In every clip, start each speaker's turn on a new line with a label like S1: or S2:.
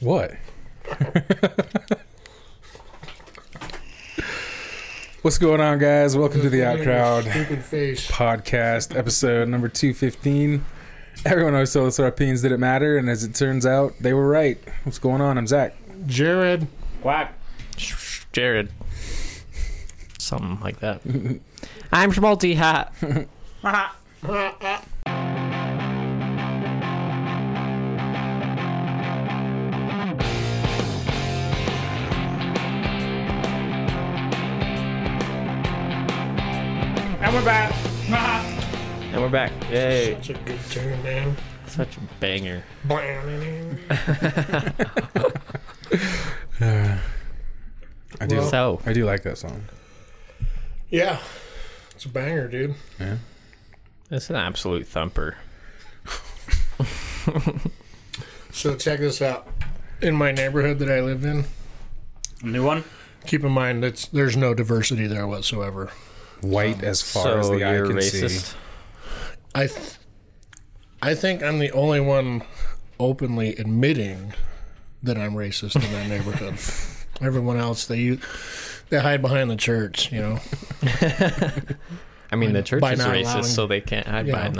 S1: What? What's going on, guys? Welcome to the Out Crowd
S2: Stupid face.
S1: podcast, episode number 215. Everyone always told us our opinions didn't matter, and as it turns out, they were right. What's going on? I'm Zach.
S2: Jared.
S3: Quack.
S4: Jared. Something like that. I'm Schmalti Hat.
S3: And we're back.
S4: And we're back. Yay.
S2: Such a good turn, man.
S4: Such a banger.
S2: Blam.
S1: I do,
S2: Well-
S4: So,
S1: I do like that song.
S2: Yeah. It's a banger, dude.
S4: it's an absolute thumper.
S2: So check this out. In my neighborhood that I live in,
S3: New one.
S2: keep in mind that's there's no diversity there whatsoever.
S1: White as far
S4: so
S1: as the eye
S4: you're
S1: can see.
S4: racist.
S2: I th- I think I'm the only one openly admitting that I'm racist in that neighborhood. Everyone else they they hide behind the church, you know,
S4: I mean, the church
S2: By
S4: is
S2: not
S4: racist,
S2: allowing-
S4: so they can't hide
S2: Yeah.
S4: behind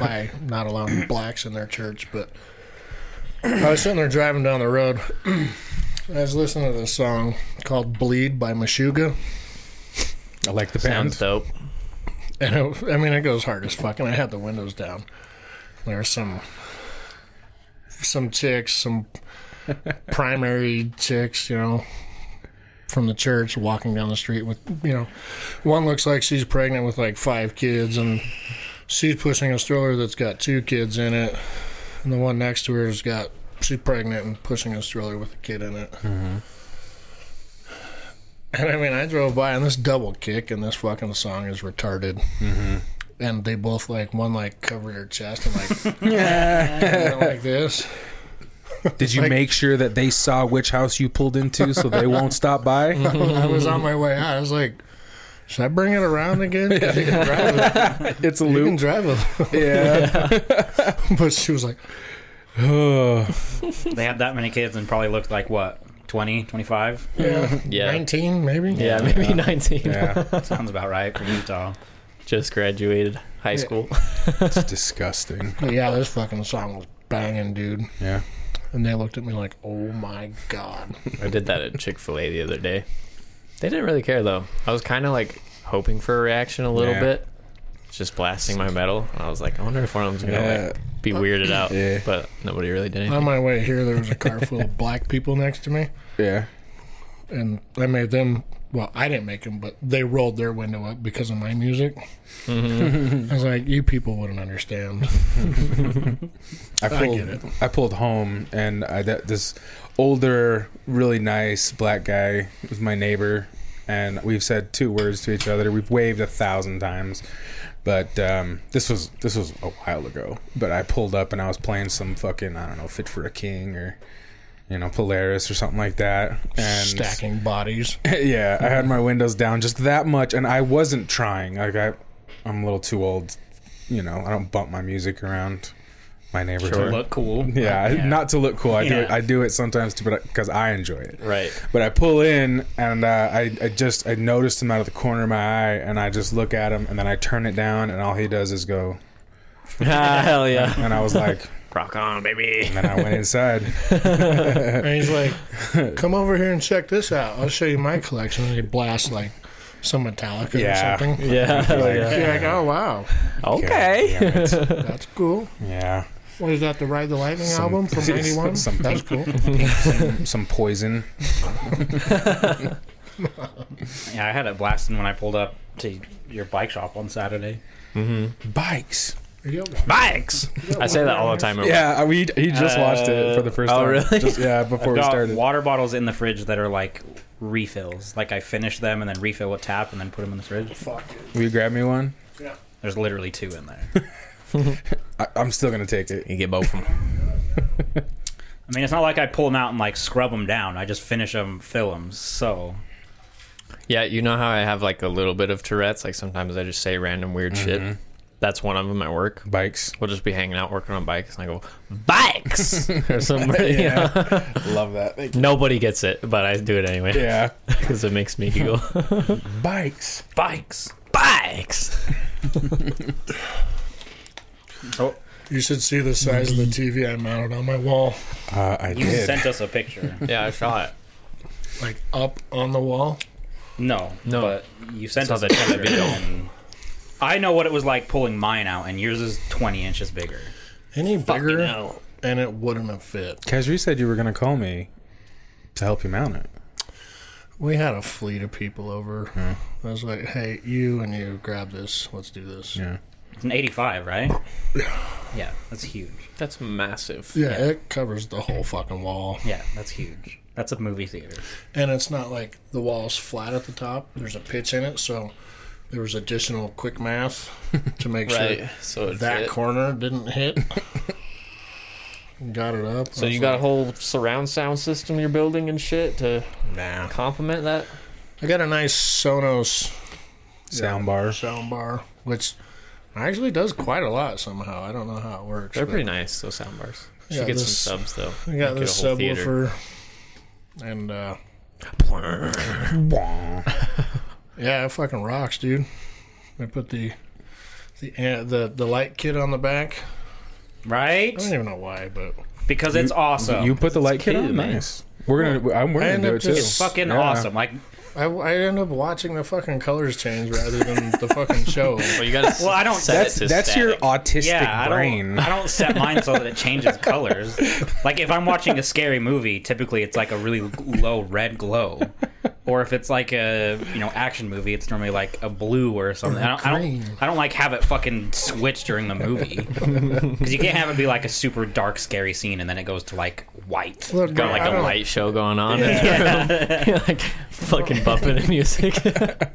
S2: by not allowing blacks in their church. But I was sitting there driving down the road. I was listening to this song called "Bleed" by Meshuga,
S1: I like the
S4: Sounds
S1: band.
S4: dope.
S2: and it, I mean it goes hard as fuck. And I had the windows down. There's some some chicks, some primary chicks, you know, from the church walking down the street with, you know, one looks like she's pregnant with like five kids, and she's pushing a stroller that's got two kids in it, and the one next to her has got she's pregnant and pushing a stroller with a kid in it. And I mean, I drove by and this double kick and this fucking song is retarded. And they both like one like covered her chest and like went like this.
S1: Did you
S2: like-
S1: make sure that they saw which house you pulled into so they won't stop by?
S2: I was on my way out. I was like, should I bring it around again? 'Cause You can drive a,
S1: it's a
S2: you can
S1: loop.
S2: drive a,
S1: Yeah.
S2: but she was like,
S1: Ugh.
S3: They had that many kids and probably looked like what? 20, 25?
S2: yeah,
S4: Yeah.
S2: 19 "Hmm, maybe?
S4: Yeah, maybe 19.
S1: yeah.
S3: Sounds about right for Utah.
S4: Just graduated high school.
S1: It's disgusting.
S2: But yeah, this fucking song was banging, dude.
S1: Yeah.
S2: And they looked at me like, oh my God.
S4: I did that at Chick fil A the other day. They didn't really care, though. I was kind of like hoping for a reaction a little
S1: Yeah.
S4: bit. Just blasting my metal. I was like, I wonder if one of them's going to like
S1: Yeah.
S4: be weirded out.
S1: Yeah.
S4: But nobody really did anything.
S2: on my way here, there was a car full of black people next to me.
S1: Yeah.
S2: And I made them, well, I didn't make them, but they rolled their window up because of my music.
S4: Mm-hmm.
S2: I was like, you people wouldn't understand.
S1: I
S2: I
S1: pulled, I
S2: get it.
S1: pulled home, and I, that, this older, really nice black guy was my neighbor, and we've said two words to each other. We've waved a thousand times, but um, this was this was a while ago. But I pulled up, and I was playing some fucking I don't know, Fit for a King or you know Polaris or something like that, and
S2: Stacking bodies.
S1: yeah, I had my windows down just that much, and I wasn't trying. Like I, I'm a little too old. You know, I don't bump my music around my neighborhood.
S4: Sure.
S3: Look cool.
S1: Yeah,
S3: Yeah.
S1: not to look cool. I do it.
S3: Yeah.
S1: I do it sometimes, to, but because I enjoy it.
S4: Right.
S1: But I pull in, and uh, I, I just I noticed him out of the corner of my eye, and I just look at him, and then I turn it down, and all he does is go.
S4: Hell yeah.
S1: And I was like,
S4: Rock on, baby.
S1: and then I went inside.
S2: And he's like, come over here and check this out. I'll show you my collection. And he blasts like some Metallica
S1: Yeah.
S2: or something.
S4: Yeah. Hell
S1: Like,
S4: yeah.
S2: You're like, oh, wow.
S4: Okay.
S1: God damn it.
S2: That's cool.
S1: Yeah.
S2: What is that, the Ride the Lightning
S1: Some-
S2: album from 91?
S1: some-
S2: That's cool.
S1: Some poison.
S3: Yeah, I had it blasting when I pulled up to your bike shop on Saturday.
S1: Bikes.
S2: Yep.
S4: Bikes. I say that all the time. at work.
S1: Yeah, uh, we he just watched it for the first
S4: Uh, oh,
S1: time.
S4: really?
S1: Just, yeah,
S3: I've
S1: before we
S3: got
S1: started.
S3: water bottles in the fridge that are like refills. Like I finish them and then refill a tap and then put them in the fridge.
S2: Fuck it.
S1: Will you grab me one?
S2: Yeah.
S3: There's literally two in there.
S1: I, I'm still gonna take it.
S4: You get both of them.
S3: I mean, it's not like I pull them out and like scrub them down. I just finish them, fill them. So
S2: Mm-hmm.
S4: Yeah, you know how I have like a little bit of Tourette's? Like sometimes I just say random weird shit. That's one of them at work.
S1: Bikes.
S4: We'll just be hanging out working on bikes, and I go bikes or somebody.
S1: Yeah. Love that. Thank you.
S4: Nobody gets it, but I do it anyway
S1: Yeah.
S4: because it makes me giggle.
S1: Bikes.
S4: bikes, bikes.
S1: Oh,
S2: You should see the size of the TV I mounted on my wall.
S1: Uh, I
S3: You
S1: did.
S3: sent us a picture.
S4: Yeah, I saw it.
S2: Like up on the wall.
S3: No,
S4: No.
S3: but you sent
S4: Saw
S3: us a
S4: that
S3: picture.
S4: video.
S3: and I know what it was like pulling mine out, and yours is 20 inches bigger.
S2: Any bigger,
S4: hell.
S2: and it wouldn't have fit.
S1: Kazri said you were going to call me to help you mount it.
S2: We had a fleet of people over.
S1: Hmm.
S2: I was like, "Hey, you and you, grab this. Let's do this."
S1: Yeah.
S3: It's an 85, right? Yeah, that's huge.
S4: That's massive.
S2: Yeah, it covers the whole fucking wall.
S3: Yeah, that's huge. That's a movie theater.
S2: And it's not like the wall's flat at the top. There's a pitch in it, so there was additional quick math to make
S4: Right.
S2: sure
S4: So it
S2: that
S4: fit.
S2: corner didn't hit. got it up.
S4: So
S2: I
S4: you
S2: was
S4: got a
S2: like,
S4: whole surround sound system you're building and shit to
S2: nah.
S4: complement that.
S2: I got a nice Sonos
S1: Soundbar.
S2: soundbar, which actually does quite a lot somehow. I don't know how it works.
S4: They're
S2: but
S4: pretty nice. Those sound bars. Should
S2: Yeah,
S4: get
S2: this-
S4: some subs though.
S2: I got
S4: Make it
S2: this
S4: a whole theater.
S2: subwoofer, and uh, yeah, it fucking rocks, dude. I put the the uh, the the light kit on the back.
S3: Right?
S2: I don't even know why, but
S3: Because it's awesome.
S1: you put the light kit
S4: cute,
S1: on?
S4: man.
S1: Nice. We're gonna. I'm. We're
S2: I
S1: gonna
S2: end
S1: do
S2: up
S1: it too.
S2: just
S3: fucking
S1: Yeah.
S3: awesome. Like,
S2: I, I end up watching the fucking colors change rather than the fucking show.
S4: Well, you got.
S3: Well, I don't-
S4: Set
S1: That's
S4: it to
S1: that's your
S4: static.
S1: autistic
S3: yeah, I
S1: brain.
S3: don't, I don't set mine so that it changes colors. Like, if I'm watching a scary movie, typically it's like a really low red glow. Or if it's like a you know action movie, it's normally like a blue or something. I don't, I don't,
S2: Green.
S3: I don't like have it fucking switch during the movie because you can't have it be like a super dark scary scene and then it goes to like white.
S2: Look, I
S4: Got like a
S2: don't-
S4: light show going on in the room. like fucking bumping the music.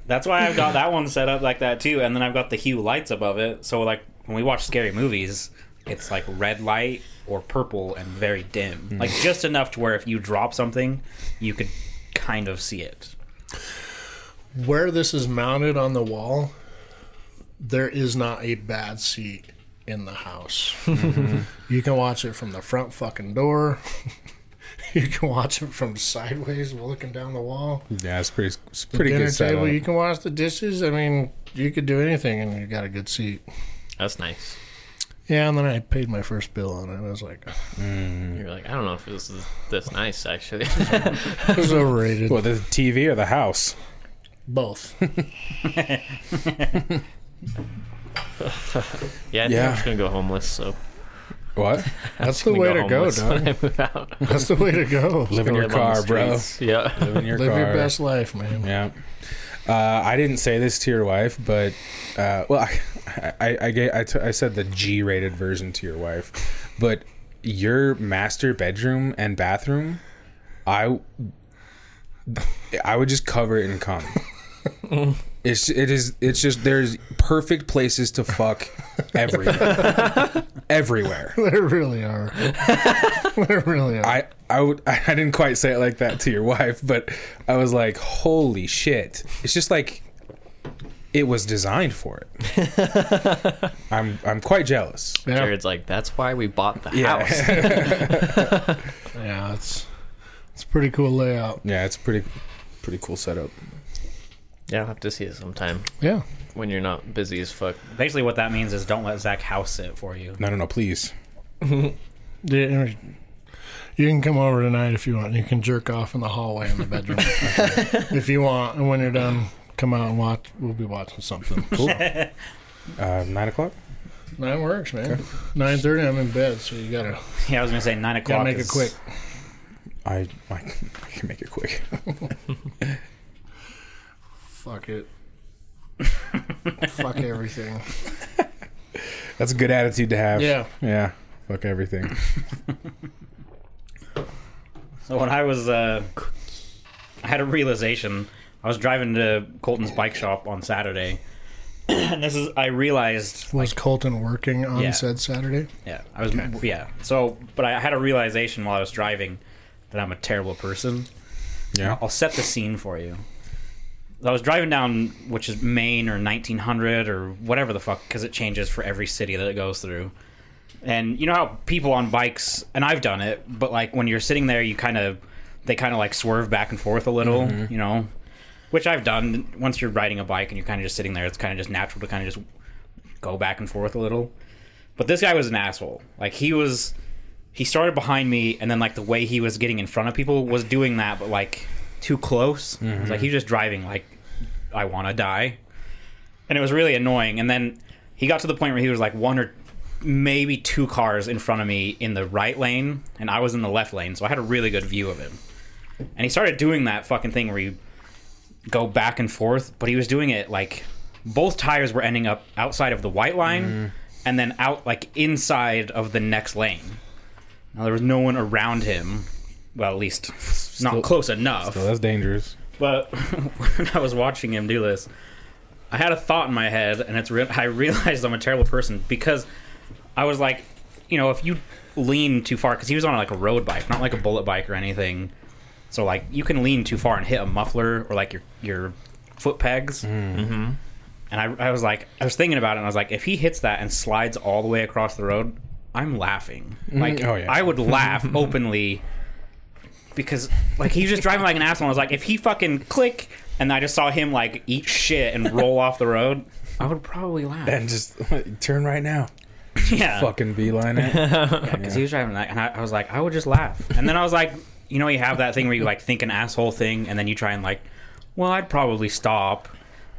S3: That's why I've got that one set up like that too, and then I've got the hue lights above it. So like when we watch scary movies, it's like red light or purple and very dim,
S2: Hmm.
S3: like just enough to where if you drop something, you could kind of see it.
S2: Where this is mounted on the wall, there is not a bad seat in the house.
S4: Mm-hmm.
S2: you can watch it from the front fucking door. you can watch it from sideways, looking down the wall.
S1: yeah, it's pretty. It's pretty
S2: Dinner
S1: good
S2: table,
S1: setup.
S2: you can wash the dishes. I mean, you could do anything, and you got a good seat.
S4: That's nice.
S2: Yeah, and then I paid my first bill on it. I was like,
S4: You're like, I don't know if this is this nice actually.
S2: it was overrated.
S1: Well, the TV or the house.
S2: Both.
S4: yeah, I think
S1: Yeah.
S4: I'm just gonna go homeless. So
S1: What?
S2: That's the
S4: I'm gonna
S2: way to go,
S4: homeless
S2: dog.
S4: When I move out.
S2: That's the way to go.
S1: Live in your
S4: Live on the
S1: car, bro.
S4: streets. Yeah.
S1: Live in your
S2: Live
S1: car.
S2: your best life, man.
S1: Yeah. Uh, I didn't say this to your wife, but uh, well, I I, I, ga- I, t- I said the G-rated version to your wife, but your master bedroom and bathroom, I I would just cover it in cum. It's it is it's just there's perfect places to fuck everywhere, everywhere.
S2: There really are. there really are.
S1: I I would I didn't quite say it like that to your wife, but I was like, holy shit! It's just like it was designed for it. I'm I'm quite jealous.
S2: yeah,
S4: Jared's like, that's why we bought the
S1: Yeah.
S4: house.
S2: yeah, it's it's a pretty cool layout.
S1: Yeah, it's pretty pretty cool setup.
S4: Yeah, I'll have to see it sometime
S2: Yeah.
S4: when you're not busy as fuck.
S3: Basically, what that means is don't let Zach house it for you.
S1: No, no, no, please.
S2: The- uh, You can come over tonight if you want. You can jerk off in the hallway in the bedroom if you want. And when you're done, come out and watch. We'll be watching something.
S1: Cool. Uh, nine o'clock.
S2: Nine works, man. Nine thirty. I'm in bed, so you gotta
S3: Yeah, I was gonna say nine
S2: gotta
S3: o'clock.
S2: make it
S3: is-
S2: quick.
S1: I I can, I can make it quick.
S2: Fuck it. Fuck everything.
S1: That's a good attitude to have.
S2: Yeah.
S1: Yeah. Fuck everything.
S3: So when I was, uh, I had a realization. I was driving to Colton's bike shop on Saturday, and this is I realized
S2: Was Colton working on
S3: Yeah.
S2: said Saturday?
S3: Yeah, I was. Yeah. So, but I had a realization while I was driving that I'm a terrible person.
S1: Yeah.
S3: I'll set the scene for you. I was driving down, which is Maine or 1900 or whatever the fuck, because it changes for every city that it goes through. And you know how people on bikes, and I've done it, but like when you're sitting there, you kind of, they kind of like swerve back and forth a little, you know, which I've done. Once you're riding a bike and you're kind of just sitting there, it's kind of just natural to kind of just go back and forth a little. But this guy was an asshole. Like he was, he started behind me, and then like the way he was getting in front of people was doing that, but like too close. It's like he was just driving like I want to die, and it was really annoying. And then he got to the point where he was like one or maybe two cars in front of me in the right lane, and I was in the left lane, so I had a really good view of him. And he started doing that fucking thing where you go back and forth, but he was doing it like both tires were ending up outside of the white line and then out like inside of the next lane. Now there was no one around him. Well, at least not close enough.
S1: So that's dangerous.
S3: But when I was watching him do this, I had a thought in my head, and it's re- I realized I'm a terrible person because I was like, you know, if you lean too far, because he was on like a road bike, not like a bullet bike or anything. So like you can lean too far and hit a muffler or like your your foot pegs.
S1: Mm.
S3: Mm-hmm. And I, I was like, I was thinking about it, and I was like, if he hits that and slides all the way across the road, I'm laughing. Like
S1: Oh, yeah.
S3: I would laugh openly because like he was just driving like an asshole. I was like, if he fucking click, and I just saw him like eat shit and roll off the road, I would probably laugh.
S1: And just turn right now.
S3: yeah,
S1: Fucking beeline it.
S3: because he was driving like, and I, I was like, I would just laugh. And then I was like, you know, you have that thing where you like think an asshole thing, and then you try and like, well, I'd probably stop.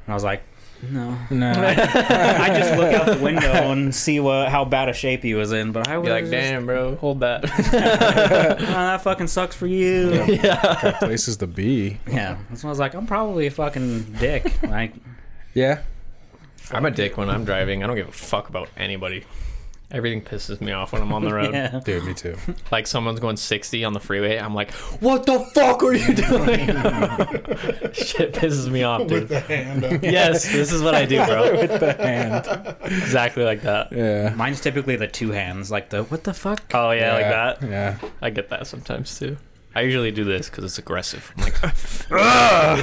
S3: And I was like, no,
S1: No.
S3: I just look out the window and see what how bad a shape he was in. But I was
S4: Be like, damn, bro, hold that.
S3: oh, that fucking sucks for you.
S1: Places to be.
S3: Yeah, that's when I was like, I'm probably a fucking dick. Like,
S1: Yeah.
S4: I'm a dick when I'm driving. I don't give a fuck about anybody. Everything pisses me off when I'm on the road.
S3: yeah.
S1: Dude, me too.
S4: Like someone's going 60 on the freeway, I'm like, "Oh, "What the fuck are you doing?" Shit pisses me off, dude.
S2: hand up.
S4: Yes, this is what I do, bro.
S1: And
S4: Exactly like that.
S1: yeah.
S3: Mine's typically the two hands, like the what the fuck.
S4: Oh yeah,
S1: yeah,
S4: like that.
S1: Yeah.
S4: I get that sometimes too. I usually do this because it's aggressive. I'm like,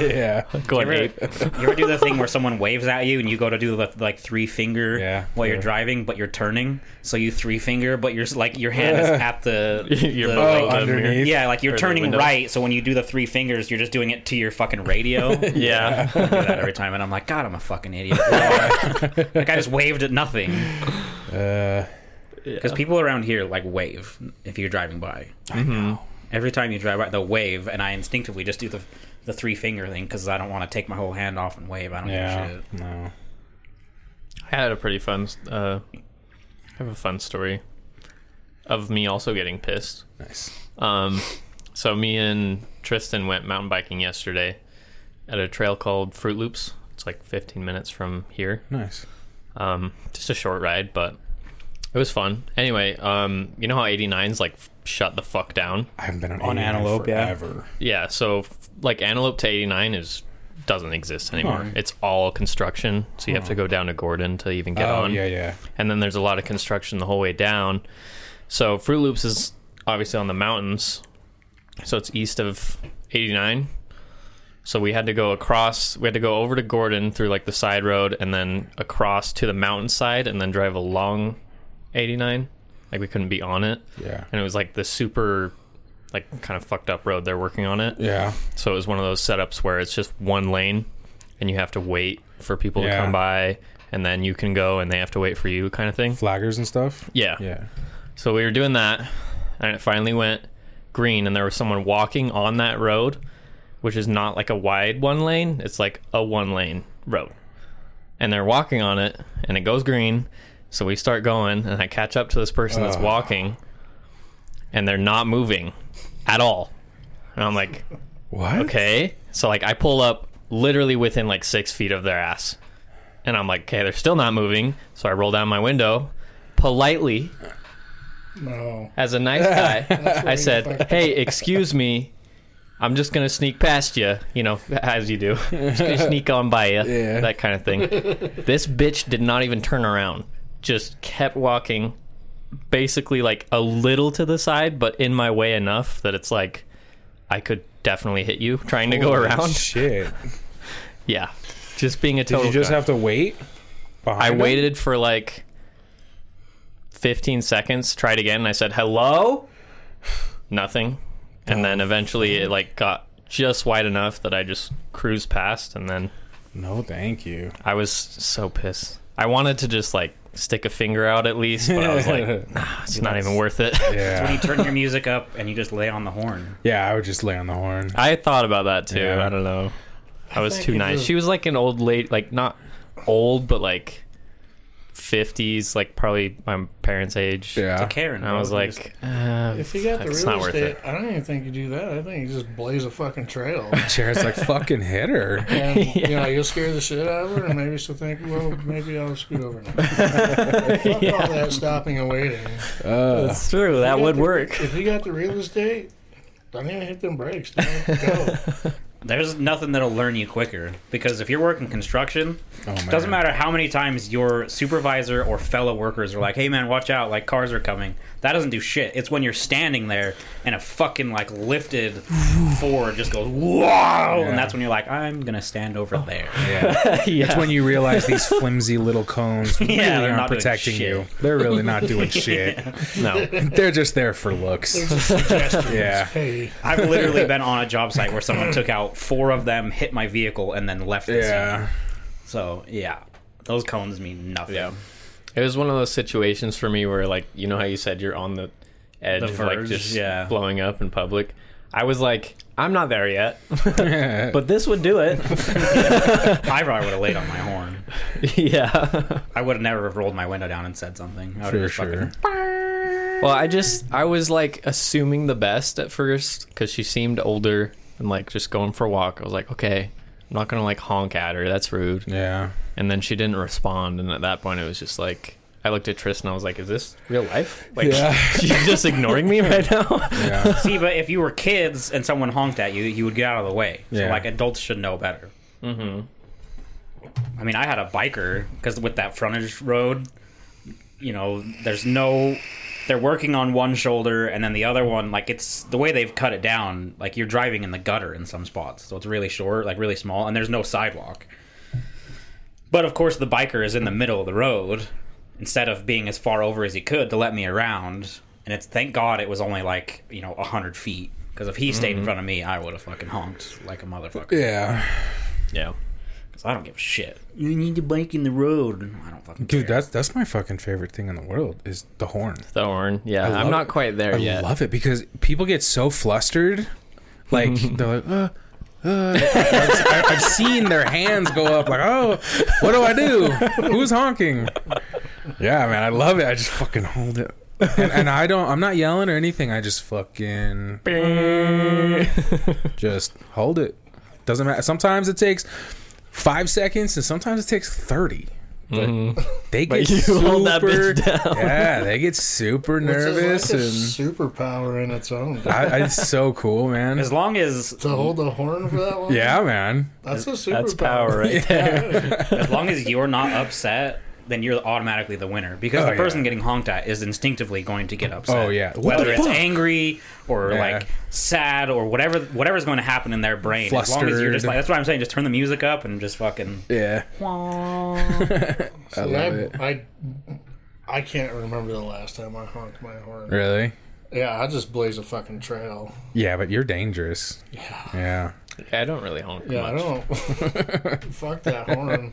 S1: Yeah.
S4: going
S3: You ever,
S4: ape.
S3: you ever do the thing where someone waves at you and you go to do the like three finger
S1: Yeah.
S3: while you're
S1: Yeah.
S3: driving, but you're turning, so you three finger, but you're like your hand is at the,
S4: Your
S3: the,
S4: butt
S3: like,
S1: Oh,
S4: the mirror.
S1: underneath.
S3: yeah, like you're
S4: or the
S3: turning
S4: window.
S3: right, so when you do the three fingers, you're just doing it to your fucking radio. I do
S4: Yeah.
S3: that every time, and I'm like, God, I'm a fucking idiot. like I just waved at nothing
S1: Uh,
S3: because people around here like wave if you're driving by. I know. Every time you drive by, they'll wave, and I instinctively just do the the three finger thing because I don't want to take my whole hand off and wave. I don't give a
S1: yeah.
S3: shit.
S1: No.
S4: I had a pretty fun. Uh, I have a fun story of me also getting pissed.
S1: Nice.
S4: Um, so me and Tristan went mountain biking yesterday at a trail called Fruit Loops. It's like 15 minutes from here.
S1: Nice.
S4: Um, just a short ride, but it was fun. Anyway, um, you know how 89's like f- shut the fuck down?
S1: I haven't been on,
S3: On
S1: 89
S3: Antelope, yeah.
S1: forever.
S4: Yeah, so f- like Antelope to 89 is doesn't exist anymore.
S1: Huh.
S4: It's all construction, so you have to go down to Gordon to even get
S1: oh,
S4: on.
S1: yeah, yeah.
S4: and then there's a lot of construction the whole way down. So Fruit Loops is obviously on the mountains, so it's east of 89. So we had to go across. We had to go over to Gordon through like the side road, and then across to the mountainside, and then drive along 89. Like we couldn't be on it,
S1: Yeah.
S4: and it was like the super, like kind of fucked up road they're working on it.
S1: Yeah.
S4: So it was one of those setups where it's just one lane and you have to wait for people to
S1: Yeah.
S4: come by and then you can go and they have to wait for you kind of thing.
S1: Flaggers and stuff.
S4: Yeah.
S1: Yeah.
S4: So we were doing that and it finally went green and there was someone walking on that road which is not like a wide one lane, it's like a one lane road. And they're walking on it and it goes green. So we start going and I catch up to this person that's
S1: Ugh.
S4: walking and they're not moving at all. And I'm like
S1: What?
S4: okay so like i pull up literally within like six feet of their ass and i'm like okay they're still not moving so i roll down my window politely
S2: No.
S4: as a nice guy i
S2: you
S4: said
S2: fucking-
S4: hey excuse me i'm just gonna sneak past you you know as you do just gonna sneak on by you
S1: Yeah.
S4: that kind of thing this bitch did not even turn around just kept walking basically like a little to the side but in my way enough that it's like i could definitely hit you trying to go
S1: Holy
S4: around
S1: Shit.
S4: Yeah, just being a
S1: Did
S4: total.
S1: you just
S4: cunt.
S1: have to wait?
S4: I
S1: behind him?
S4: waited for like 15 seconds, tried again, and I said, hello? Nothing. And then eventually it like got just wide enough that I just cruised past, and then
S1: No, thank you.
S4: I was so pissed. I wanted to just like stick a finger out at least, but I was like, nah, it's not even worth it.
S3: When you
S1: Yeah,
S3: turn your music up and you just lay on the horn.
S1: yeah. I would just lay on the horn.
S4: I thought about that too.
S1: Yeah.
S4: I don't know. I, was
S2: think
S4: too
S2: it
S4: nice.
S2: is-
S4: She was like an old lady, like not old, but like 50s, like probably my parents' age.
S3: It's a
S1: Yeah,
S3: Karen.
S4: And I was
S3: bro.
S4: like, uh,
S2: If you got the
S4: it's
S2: real
S4: not worth
S2: estate,
S4: it.
S2: I don't even think you do that. I think you just blaze a fucking trail.
S1: Jared's like fucking hit her.
S2: And, you know, you'll scare the shit out of her, and maybe she'll think, well, maybe I'll scoot over now. Fuck all that stopping and waiting.
S1: Uh,
S4: That's true. That
S2: You got
S4: would
S2: the-
S4: work.
S2: If you got the real estate, don't even hit them brakes. dude. Go.
S3: There's nothing that'll learn you quicker because if you're working construction,
S1: oh, man.
S3: doesn't matter how many times your supervisor or fellow workers are like, "Hey man, watch out! Like cars are coming." That doesn't do shit. It's when you're standing there and a fucking like lifted Ford just goes whoa,
S1: Yeah.
S3: and that's when you're like, "I'm gonna stand over there."
S1: Yeah. It's
S4: yeah.
S1: when you realize these flimsy little cones really
S3: they're
S1: aren't
S3: not doing
S1: protecting
S3: shit.
S1: you. They're really not doing shit.
S4: no.
S1: They're just there for looks.
S2: Just suggestions.
S1: Yeah.
S2: Hey,
S3: I've literally been on a job site where someone took out four of them, hit my vehicle, and then left. the scene.
S1: Yeah.
S3: So yeah, those cones mean nothing.
S4: Yeah. It was one of those situations for me where, like, you know how you said you're on the edge
S3: The
S4: of like
S3: verge,
S4: just
S3: yeah.
S4: blowing up in public. I was like, I'm not there yet, but this would do it.
S3: I probably would have laid on my horn.
S4: yeah.
S3: I would have never have rolled my window down and said something. I would
S1: For
S3: have
S1: sure.
S4: Well, I just I was like assuming the best at first because she seemed older and like just going for a walk. I was like, okay, I'm not gonna like honk at her. That's rude.
S1: Yeah.
S4: And then she didn't respond. And at that point, it was just like, I looked at Tristan. I was like, is this real life? Like,
S1: Yeah.
S4: she's just ignoring me right now?
S1: Yeah.
S3: See, but if you were kids and someone honked at you, you would get out of the way.
S1: Yeah.
S3: So, like, adults should know better. Mm-hmm. I mean, I had a biker because with that frontage road, you know, there's no. They're working on one shoulder, and then the other one, like, it's the way they've cut it down. Like, you're driving in the gutter in some spots. So, it's really short, like, really small, and there's no sidewalk. But of course, the biker is in the middle of the road instead of being as far over as he could to let me around. And it's thank God it was only like, you know, 100 feet. Because if he stayed in front of me, I would have fucking honked like a motherfucker.
S1: Yeah.
S4: Yeah.
S3: Because I don't give a shit. You need to bike in the road. I don't fucking
S1: Dude,
S3: care.
S1: that's that's my fucking favorite thing in the world is the horn.
S4: The horn. Yeah.
S1: love
S4: I'm
S1: it.
S4: not quite there
S1: I
S4: yet.
S1: love it because people get so flustered. Like they're like, uh, uh. I've, I- I've seen their hands go up like, oh, what do I do? Who's honking? Yeah, man, I love it. I just fucking hold it, and, and I don't. I'm not yelling or anything. I just fucking just hold it. Doesn't matter. Sometimes it takes five seconds, and sometimes it takes thirty. But they get
S4: Mm-hmm. you
S1: super,
S4: hold that bitch down.
S1: Yeah, they get super
S2: which is
S1: nervous,
S2: like a
S1: and
S2: superpower in its own. dude.
S1: I, I- it's so cool, man.
S3: As long as,
S2: To hold a horn for that long?
S1: Yeah, man.
S2: That's a superpower.
S4: That's power right there.
S3: as long as you're not upset, then you're automatically the winner. Because
S1: Oh,
S3: the person
S1: yeah.
S3: getting honked at is instinctively going to get upset.
S1: Oh, yeah. What
S3: Whether
S1: the
S3: it's
S1: fuck?
S3: angry or
S1: Yeah.
S3: like sad or whatever, whatever's going to happen in their brain. As long as you're just
S1: Flustered.
S3: like, that's what I'm saying. Just turn the music up and just fucking.
S1: Yeah. I
S2: See,
S1: love
S2: I,
S1: it.
S2: I, I can't remember the last time I honked my horn.
S1: Really?
S2: Yeah, I just blaze a fucking trail.
S1: Yeah, but you're dangerous.
S2: Yeah.
S1: Yeah.
S4: I don't really honk
S2: Yeah, I
S4: much.
S2: don't. Fuck that horn.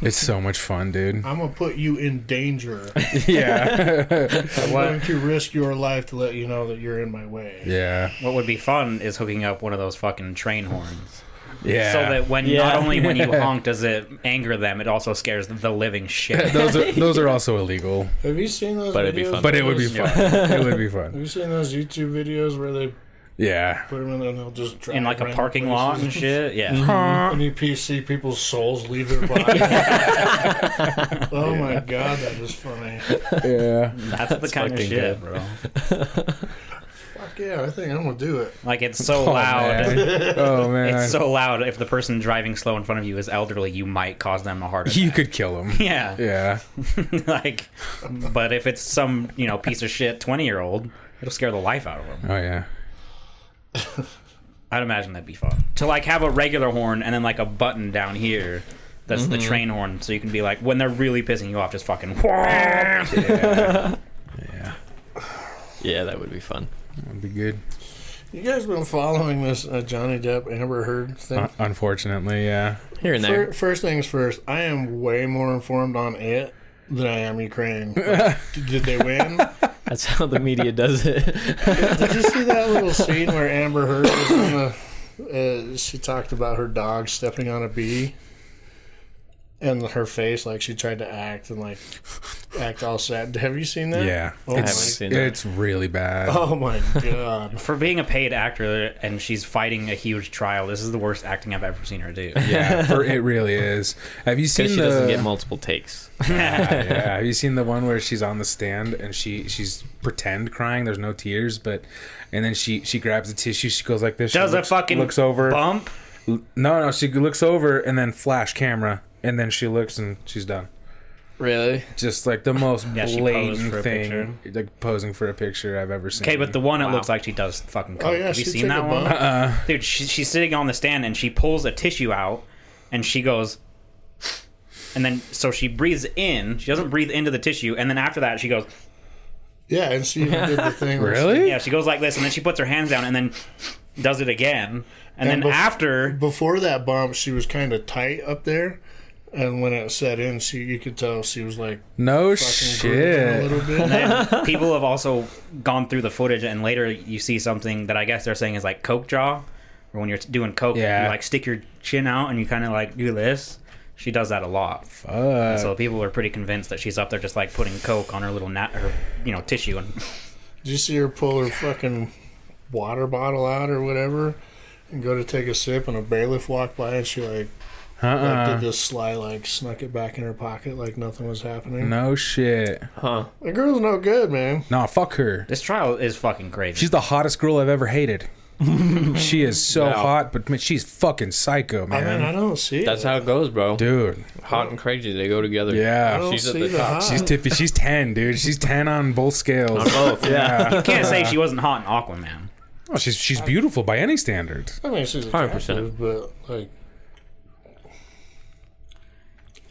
S1: It's so much fun, dude.
S2: I'm gonna put you in danger.
S1: Yeah.
S2: I'm going to risk your life to let you know that you're in my way.
S1: yeah.
S3: What would be fun is hooking up one of those fucking train horns,
S1: Yeah.
S3: so that when
S4: Yeah.
S3: not only when you honk does it anger them, it also scares the living shit.
S1: those are those are also illegal,
S2: Have you seen those?
S4: But
S2: videos
S4: it'd be fun.
S1: but it would be fun.
S2: where
S1: It would be
S2: those- Have
S1: fun.
S2: you seen those YouTube videos where they
S1: Yeah.
S2: put them in and they'll just drive
S3: In like a
S2: random
S3: parking
S2: places?
S3: lot and shit, yeah.
S2: And you pe- see people's souls leave their body. oh my god, that is funny.
S1: Yeah.
S3: That's, the kind of
S4: fucking good.
S3: shit, bro.
S2: Fuck yeah, I think I'm gonna do it.
S3: Like it's so
S1: Oh,
S3: loud.
S1: man. Oh man.
S3: It's so loud. If the person driving slow in front of you is elderly, you might cause them a heart attack.
S1: you could kill him.
S3: yeah,
S1: Yeah.
S3: like. But if it's some you know piece of shit twenty year old, it'll scare the life out of them.
S1: Oh yeah.
S3: I'd imagine that'd be fun to like have a regular horn and then like a button down here. That's the train horn, so you can be like, when they're really pissing you off, just fucking.
S1: Yeah,
S4: Yeah, that would be fun.
S1: that'd be good.
S2: You guys been following this uh, Johnny Depp Amber Heard thing?
S1: Un- unfortunately, yeah.
S4: Here and there.
S2: Fir- first things first, I am way more informed on it than I am Ukraine. did they win?
S4: That's how the media does it.
S2: Did you see that little scene where Amber Heard was on the? Uh, she talked about her dog stepping on a bee, and her face like she tried to act and like act all sad. Have you seen that?
S1: Yeah,
S2: Oh
S1: it's
S4: my God.
S1: it's really bad.
S2: Oh my god!
S3: For being a paid actor and she's fighting a huge trial, this is the worst acting I've ever seen her do.
S1: Yeah, for, it really is. Have you seen
S4: Because she
S1: the?
S4: doesn't get multiple takes.
S1: yeah, yeah. Have you seen the one where she's on the stand and she she's pretend crying? There's no tears, but and then she she grabs a tissue. She goes like this. She
S3: Does a
S1: looks-
S3: fucking
S1: looks over?
S3: bump?
S1: No, no. She looks over and then flash camera, and then she looks and she's done.
S4: Really?
S1: Just like the most
S3: Yeah, she posed for
S1: blatant
S3: a
S1: thing, like posing for a picture I've ever seen.
S3: Okay, but the one it
S4: Wow.
S3: looks like she does fucking. Coke.
S2: Oh yeah,
S3: have you
S2: she
S3: seen
S2: took
S3: that
S2: a
S3: one? Uh-uh.
S2: bump.
S3: Dude, she, she's sitting on the stand and she pulls a tissue out and she goes. And then, so she breathes in. She doesn't breathe into the tissue. And then after that, she goes,
S2: Yeah, and she even did the thing. where she-
S1: really,
S3: yeah, she goes like this. And then she puts her hands down and then does it again. And,
S2: And
S3: then
S2: bef-
S3: after,
S2: Before that bump, she was kind of tight up there, and when it set in, she you could tell she was like
S1: no
S2: fucking grooving a
S1: shit.
S2: little bit.
S3: and people have also gone through the footage. And later, you see something that I guess they're saying is like Coke jaw. Or when you're t- doing Coke,
S1: Yeah.
S3: you like stick your chin out and you kind of like do this. She does that a lot.
S1: Uh,
S3: So people are pretty convinced that she's up there just like putting coke on her little nat, her you know tissue and
S2: Did you see her pull her fucking water bottle out or whatever and go to take a sip and a bailiff walked by and she like, like,
S1: uh-uh.
S2: did this sly like snuck it back in her pocket like nothing was happening.
S1: No shit.
S4: Huh.
S2: The girl's no good, man.
S1: Nah, fuck her.
S3: this trial is fucking crazy.
S1: She's the hottest girl I've ever hated. she is so
S4: Wow.
S1: hot, but man, she's fucking psycho,
S2: I mean, I
S1: man.
S2: don't see
S4: That's
S2: it.
S4: how it goes, bro.
S1: Dude,
S4: Hot and crazy, they go together.
S2: I
S1: yeah,
S2: don't
S4: she's at
S2: see
S4: the
S2: the,
S4: top.
S2: hot.
S1: she's tippy. She's ten, dude. She's ten on both scales.
S4: On both.
S1: yeah,
S3: can't say she wasn't hot in Aquaman.
S1: Oh, she's she's beautiful by any standard.
S2: I mean, she's
S4: 100%.
S2: attractive, but like.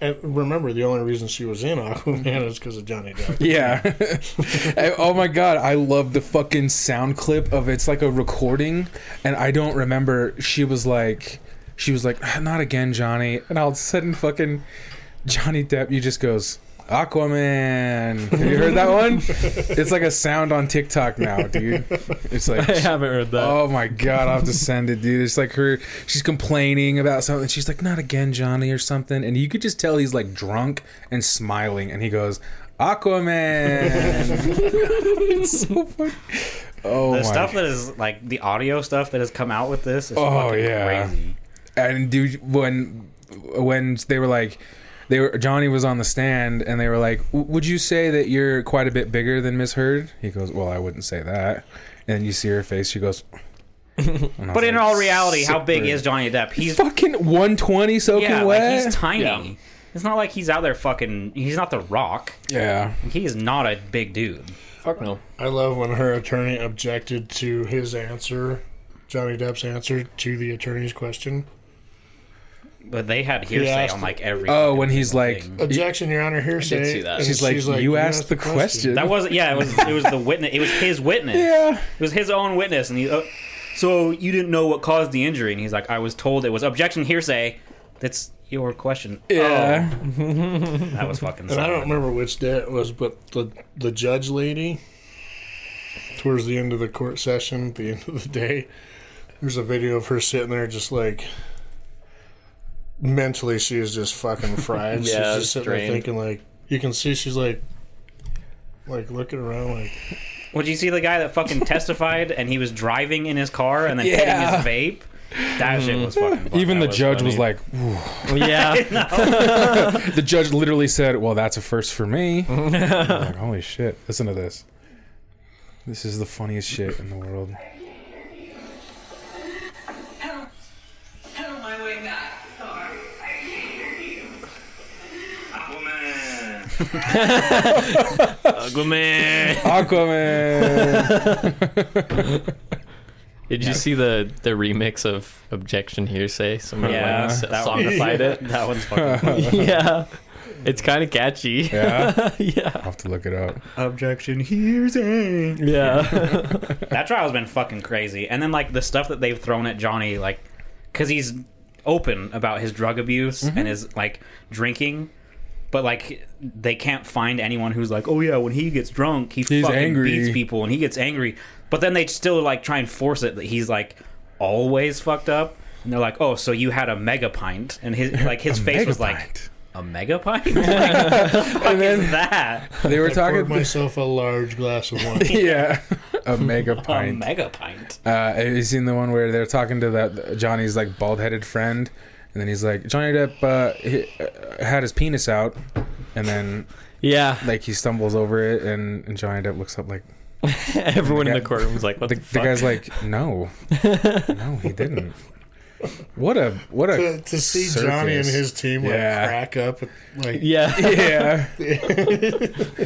S2: And remember, the only reason she was in Aquaman is because of Johnny Depp.
S1: Yeah. I- oh my god, I love the fucking sound clip of it's like a recording, and I don't remember. She was like, she was like, "Ah, not again, Johnny. And all of a sudden, fucking Johnny Depp, you just goes. Aquaman. Have you heard that one? It's like a sound on TikTok now, dude. It's like
S4: I haven't heard that.
S1: Oh my god, I'll have to send it, dude. It's like her she's complaining about something. She's like, not again, Johnny, or something. And you could just tell he's like drunk and smiling, and he goes, Aquaman. it's so funny. Oh
S3: The
S1: my
S3: stuff that is like the audio stuff that has come out with this is
S1: Oh,
S3: fucking
S1: yeah.
S3: crazy.
S1: and dude when when they were like they were Johnny was on the stand and they were like "W- would you say that you're quite a bit bigger than Miss Heard he goes well I wouldn't say that and you see her face she goes
S3: But in all reality, how big is Johnny Depp? He's
S1: fucking 120 soaking
S3: yeah, like
S1: wet
S3: he's tiny.
S4: Yeah.
S3: It's not like he's out there fucking. He's not the Rock.
S1: yeah
S3: He is not a big dude.
S4: Fuck no.
S2: I love when her attorney objected to his answer, Johnny Depp's answer to the attorney's question.
S3: But they had hearsay
S2: asked-
S3: on like every.
S1: Oh,
S3: fucking
S1: when he's like, "Oh,
S3: thing.
S2: Objection, Your Honor, hearsay.
S4: see that.
S2: And
S1: she's like, you asked, the question.
S3: That wasn't. Yeah, it was. It was the witness. It was his witness.
S1: Yeah.
S3: it was his own witness, and he. Uh, so you didn't know what caused the injury, and he's like, "I was told it was objection hearsay." That's your question.
S1: yeah.
S3: Oh, that was fucking.
S2: And I don't
S3: sad.
S2: remember which day it was, but the the judge lady, towards the end of the court session, at the end of the day, there's a video of her sitting there just like. Mentally, she is just fucking fried.
S4: Yeah,
S2: she's just sitting there
S4: drained.
S2: thinking, like, you can see she's like, like looking around, like,
S3: Would you see the guy that fucking testified, and he was driving in his car, and then
S1: Yeah.
S3: hitting his vape? That shit was fucking. funny.
S1: Even the
S4: That was
S1: judge was
S4: funny.
S1: like, "Ooh."
S4: Yeah.
S1: the judge literally said, "Well, that's a first for me." I'm like, Holy shit! Listen to this. This is the funniest shit in the world.
S5: How, how am I way back? Sorry. I can't hear you.
S6: Aquaman.
S4: Aquaman.
S1: Aquaman.
S4: Did you see the the remix of Objection Hearsay? Somebody
S3: Yeah,
S4: went and
S3: that one-
S4: songified it.
S3: That one's fucking.
S4: Yeah, it's kind of catchy.
S1: Yeah,
S4: yeah,
S1: I'll have to look it up.
S3: Objection hearsay.
S4: yeah.
S3: That trial's been fucking crazy. And then like the stuff that they've thrown at Johnny, like, because he's open about his drug abuse and his like drinking, but like they can't find anyone who's like, oh yeah, when he gets drunk, he fucking
S1: angry.
S3: beats people and he gets angry. But then they still like try and force it that he's like always fucked up. And they're like, oh, so you had a mega pint, and his like his face was like
S1: Megapint.
S3: a mega pint. like, and then that
S1: they were
S2: Poured
S1: talking.
S2: myself a large glass of wine.
S1: yeah, a mega
S3: a
S1: pint.
S3: mega pint.
S1: Uh, have you seen the one where they're talking to that Johnny's like bald headed friend, and then he's like, Johnny Depp uh, he, uh, had his penis out, and then
S4: yeah.
S1: like he stumbles over it, and, and Johnny Depp looks up like
S4: Everyone in
S1: guy-
S4: the courtroom was like, "What
S1: the,
S4: the,
S1: the
S4: fuck?"
S1: guy's like, no, no, he didn't. What a what a
S2: to, to see Johnny and
S1: circus.
S2: his team
S1: Yeah.
S2: like crack up, and, like
S4: yeah.
S1: yeah.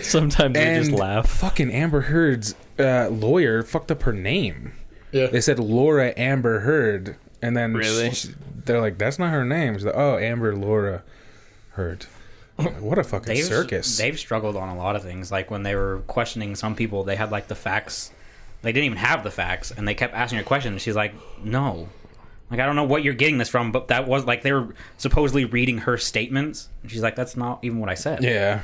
S4: Sometimes we
S1: and
S4: just laugh.
S1: Fucking Amber Heard's uh, lawyer fucked up her name.
S2: yeah,
S1: They said Laura Amber Heard, and then
S4: Really?
S1: sh- sh- they're like, "That's not her name." She's like, "Oh, Amber Laura Heard." What a fucking
S3: they've,
S1: circus!
S3: They've struggled on a lot of things. Like when they were questioning some people, they had like the facts. They didn't even have the facts, and they kept asking her questions. She's like, "No, like I don't know what you're getting this from, but that was like they were supposedly reading her statements." And she's like, "That's not even what I said."
S1: yeah,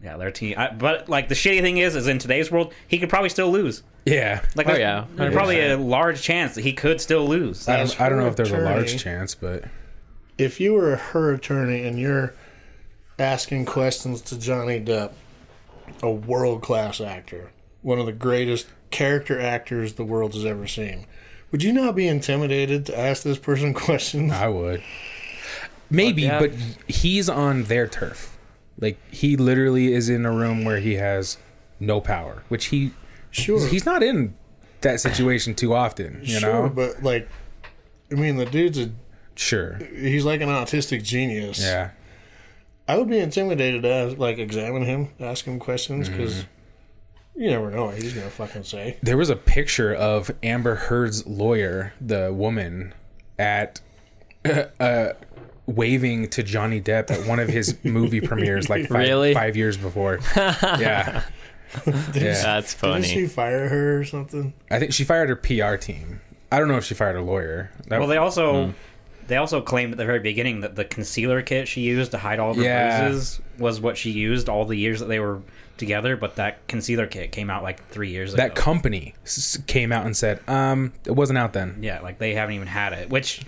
S3: yeah, they're team. I, but like the shitty thing is, is in today's world, he could probably still lose.
S1: yeah.
S3: Like,
S4: Oh,
S3: there's-
S4: yeah.
S3: there's probably a large chance that he could still lose.
S1: I
S2: As
S1: don't, I don't
S2: her
S1: know if there's a large
S2: attorney-
S1: chance, but
S2: if you were her attorney and you're asking questions to Johnny Depp, a world class actor, one of the greatest character actors the world has ever seen, would you not be intimidated to ask this person questions?
S1: I would. Maybe,
S4: yeah.
S1: but he's on their turf. Like he literally is in a room where he has no power, which he
S2: Sure,
S1: he's not in that situation too often. You
S2: sure,
S1: know,
S2: but like, I mean, the dude's a
S1: sure,
S2: he's like an autistic genius.
S1: yeah.
S2: I would be intimidated to ask, like examine him, ask him questions
S1: Mm.
S2: because you never know what he's gonna fucking say.
S1: there was a picture of Amber Heard's lawyer, the woman, at uh, waving to Johnny Depp at one of his movie premieres, like five,
S4: Really?
S1: five years before. yeah, yeah.
S4: That's
S2: Didn't she
S4: funny.
S2: fire her or something?
S1: I think she fired her PR team. I don't know if she fired a lawyer. That-
S3: Well, they
S1: Hmm.
S3: also they also claimed at the very beginning that the concealer kit she used to hide all of her
S1: Yeah.
S3: bruises was what she used all the years that they were together. But that concealer kit came out like three years
S1: that
S3: ago.
S1: company s- came out and said, "Um, it wasn't out then."
S3: yeah, like they haven't even had it. Which,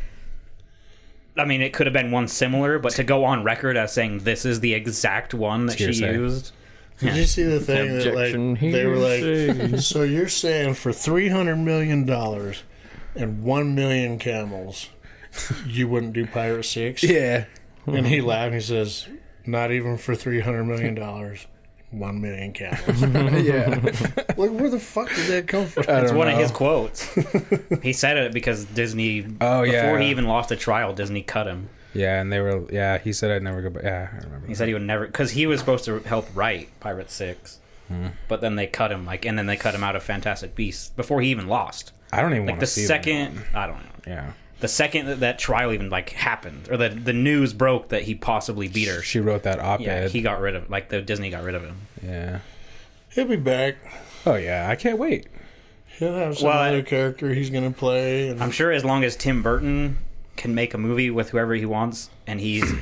S3: I mean, it could have been one similar, but to go on record as saying this is the exact one that she
S1: hearsay.
S3: used.
S2: Did you see the thing that
S4: Objection
S2: like they were
S4: hearsay.
S2: like, so you're saying for three hundred million dollars and one million camels, you wouldn't do Pirate Six?
S1: Yeah,
S2: And he laughed and he says, not even for three hundred million dollars. One million camels.
S1: yeah.
S2: like, where the fuck did that come from?
S1: I
S3: It's
S1: don't
S3: one of
S1: know.
S3: his quotes. he said it because Disney.
S1: Oh, yeah.
S3: Before he even lost a trial, Disney cut him.
S1: Yeah, and they were. Yeah, he said I'd never go back. Yeah, I remember.
S3: He said he would never because he was supposed to help write Pirate Six,
S1: Hmm.
S3: but then they cut him like, and then they cut him out of Fantastic Beasts before he even lost.
S1: I don't even
S3: Like
S1: want
S3: the
S1: to see them.
S3: second, I don't know,
S1: Yeah,
S3: the second that that trial even like happened or that the news broke that he possibly beat her,
S1: she wrote that op-ed.
S3: yeah, he got rid of like the Disney got rid of him.
S1: yeah.
S2: He'll be back.
S1: Oh yeah, I can't wait.
S2: He'll have some
S3: Well, I-
S2: other character he's gonna play. And
S3: I'm sure as long as Tim Burton can make a movie with whoever he wants and he's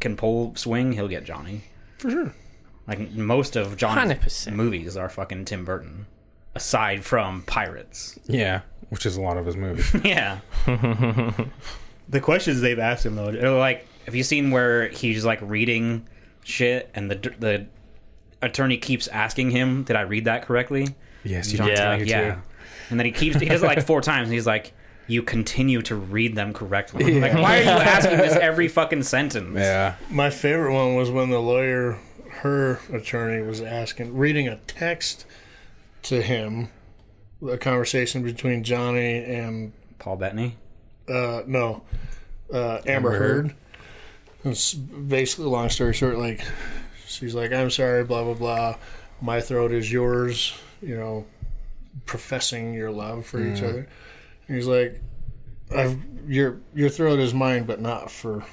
S3: can pull swing, he'll get Johnny
S1: For sure.
S3: Like most of Johnny's
S4: 100%.
S3: movies are fucking Tim Burton, aside from Pirates.
S1: Yeah, which is a lot of his movies.
S3: Yeah. the questions they've asked him though, are like, have you seen where he's like reading shit and the the attorney keeps asking him, "Did I read that correctly?"
S1: yes, you
S3: John's
S1: don't tell
S4: Yeah.
S1: you
S3: yeah.
S1: to.
S3: And then he keeps he does it like four times, and he's like. You continue to read them correctly. Like, why are you asking this every fucking sentence?
S1: Yeah,
S2: My favorite one was when the lawyer, her attorney, was asking, reading a text to him, a conversation between Johnny and
S3: Paul Bettany.
S2: uh, no, uh, Amber Heard. It's basically, long story short, like she's like, "I'm sorry, blah blah blah. Mm. My throat is yours." You know, professing your love for each other, He's like, I've, your your throat is mine, but not for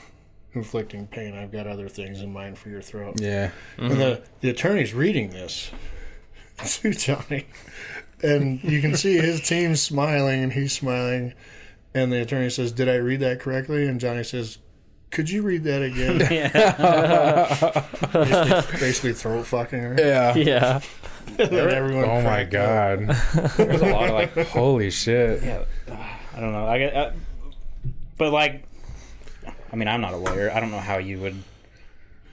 S2: inflicting pain. I've got other things in mind for your throat.
S1: Yeah.
S2: And the, the attorney's reading this to Johnny. And you can see his team smiling and he's smiling. And the attorney says, Did I read that correctly? And Johnny says, Could you read that again?
S3: Yeah.
S2: basically, basically throat fucking her.
S1: Yeah.
S4: Yeah.
S2: And then everyone
S1: Oh my
S2: cracked up.
S1: god.
S3: There's a lot of like
S1: Holy shit.
S3: Yeah, I don't know. I get, uh, but like, I mean, I'm not a lawyer. I don't know how you would.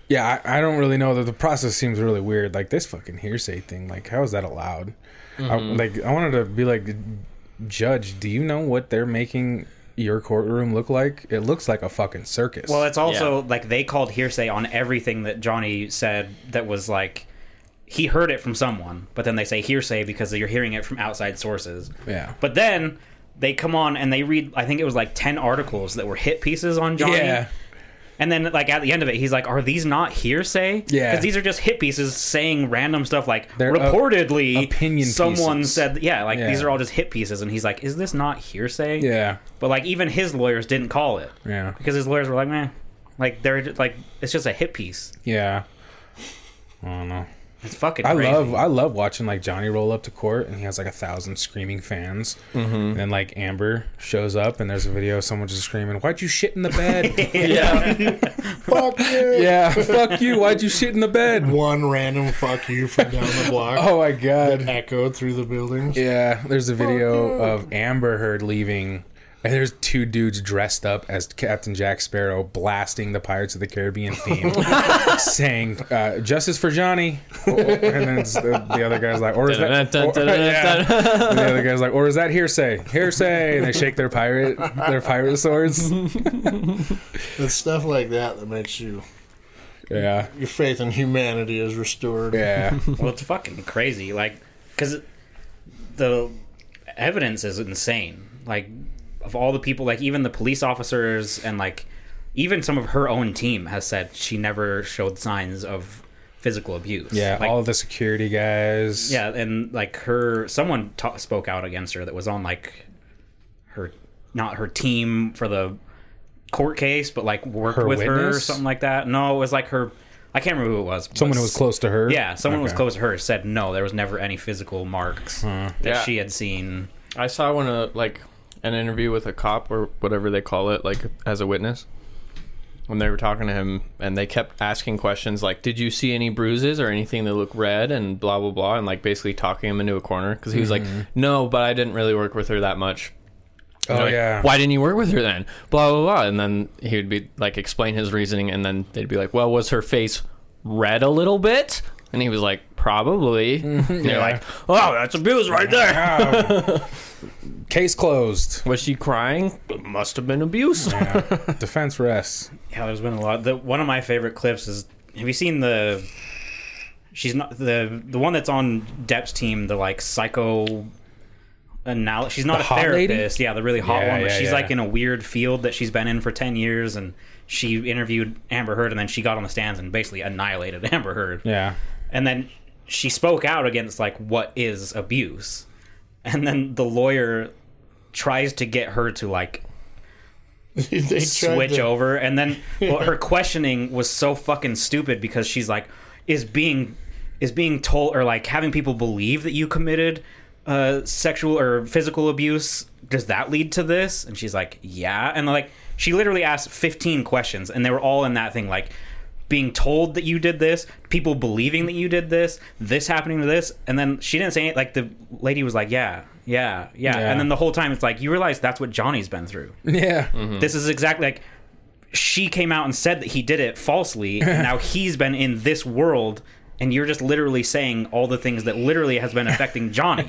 S1: Yeah, I, I don't really know. The, the process seems really weird. Like this fucking hearsay thing. Like, how is that allowed? I,
S3: Mm-hmm.
S1: like, I wanted to be like, judge. Do you know what they're making your courtroom look like? It looks like a fucking circus.
S3: Well, it's also like they called hearsay on everything that Johnny said that was like he heard it from someone, but then they say hearsay because you're hearing it from outside sources.
S1: yeah.
S3: But then they come on and they read. I think it was like ten articles that were hit pieces on Johnny.
S1: yeah,
S3: And then, like at the end of it, he's like, "Are these not hearsay?
S1: Yeah.
S3: because these are just hit pieces saying random stuff like
S1: They're op-
S3: reportedly
S1: opinion
S3: someone
S1: pieces.
S3: said, yeah, like
S1: Yeah.
S3: these are all just hit pieces." And he's like, "Is this not hearsay?"
S1: yeah,
S3: But like, even his lawyers didn't call it
S1: yeah,
S3: because his lawyers were like, "Man, like they're just, like it's just a hit piece.
S1: yeah. I don't know.
S3: It's fucking."
S1: I
S3: crazy.
S1: love I love watching like Johnny roll up to court and he has like a thousand screaming fans, and then like Amber shows up and there's a video of someone just screaming, "Why'd you shit in the bed?"
S4: Yeah.
S2: Fuck you.
S1: yeah, fuck you! Why'd you shit in the bed?
S2: One random fuck you from down the block
S1: Oh my god!
S2: echoed through the buildings.
S1: Yeah, there's a video of Amber Heard leaving, and there's two dudes dressed up as Captain Jack Sparrow blasting the Pirates of the Caribbean theme, saying uh, "Justice for Johnny," and then it's- the, the other guy's like, "Or is that?" or- yeah. And the other guy's like, "Or is that hearsay? Hearsay!" And they shake their pirate their pirate swords.
S2: It's stuff like that that makes you
S1: Yeah,
S2: your faith in humanity is restored.
S1: yeah,
S3: well, it's fucking crazy. Like, because the evidence is insane. Like, of all the people, like, even the police officers and, like, even some of her own team has said she never showed signs of physical abuse.
S1: yeah.
S3: Like,
S1: All the security guys.
S3: yeah, and, like, her, someone ta- spoke out against her that was on, like, her, not her team for the court case, but, like, worked
S1: Her
S3: with her or
S1: witness?
S3: something like that. No, it was, like, her, I can't remember who it was. but
S1: someone who was close to her.
S3: yeah, someone who was
S1: Okay.
S3: close to her said no, there was never any physical marks that
S4: Yeah.
S3: she had seen.
S4: I saw one of like an interview with a cop or whatever they call it, like as a witness. When they were talking to him, and they kept asking questions like, "Did you see any bruises or anything that looked red?" and blah blah blah, and like basically talking him into a corner because he was like, "No, but I didn't really work with her that much." And
S1: Mm-hmm. Oh
S4: they're like,
S1: yeah.
S4: Why didn't you work with her then? Blah blah blah, and then he would be like explain his reasoning, and then they'd be like, "Well, was her face red a little bit?" And he was like, "Probably." And They're like, "Oh, that's abuse right there."
S1: Um, case closed.
S4: Was she crying? It must have been abuse.
S1: Yeah. Defense rests.
S3: Yeah, there's been a lot. The, one of my favorite clips is have you seen the she's not the the one that's on Depp's team, the like psycho anal- she's not
S1: The
S3: a
S1: hot lady?
S3: therapist. Yeah, the really hot
S1: Yeah,
S3: one, but
S1: yeah,
S3: she's
S1: yeah.
S3: like in a weird field that she's been in for 10 years and she interviewed Amber Heard and then she got on the stands and basically annihilated Amber Heard.
S1: Yeah.
S3: and then she spoke out against like what is abuse and then the lawyer tries to get her to like
S2: they tried
S3: switch
S2: to-
S3: over and then well, her questioning was so fucking stupid because she's like is being is being told or like having people believe that you committed uh sexual or physical abuse does that lead to this and she's like yeah and like she literally asked 15 questions and they were all in that thing like being told that you did this, people believing that you did this, this happening to this, and then she didn't say anything. Like the lady was like, "Yeah, yeah, yeah,",
S1: Yeah.
S3: and then the whole time it's like you realize that's what Johnny's been through.
S1: Yeah.
S3: This is exactly like she came out and said that he did it falsely, and now he's been in this world. And you're just literally saying all the things that literally has been affecting Johnny.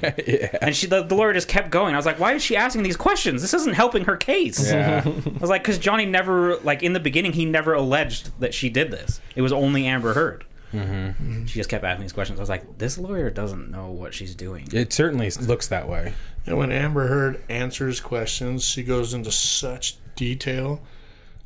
S3: And she, the, the lawyer just kept going. I was like, why is she asking these questions? This isn't helping her case.
S1: Yeah.
S3: I was like, because Johnny never, like in the beginning, he never alleged that she did this. It was only Amber Heard. She just kept asking these questions. I was like, this lawyer doesn't know what she's doing.
S1: It certainly looks that way.
S2: And when Amber Heard answers questions, she goes into such detail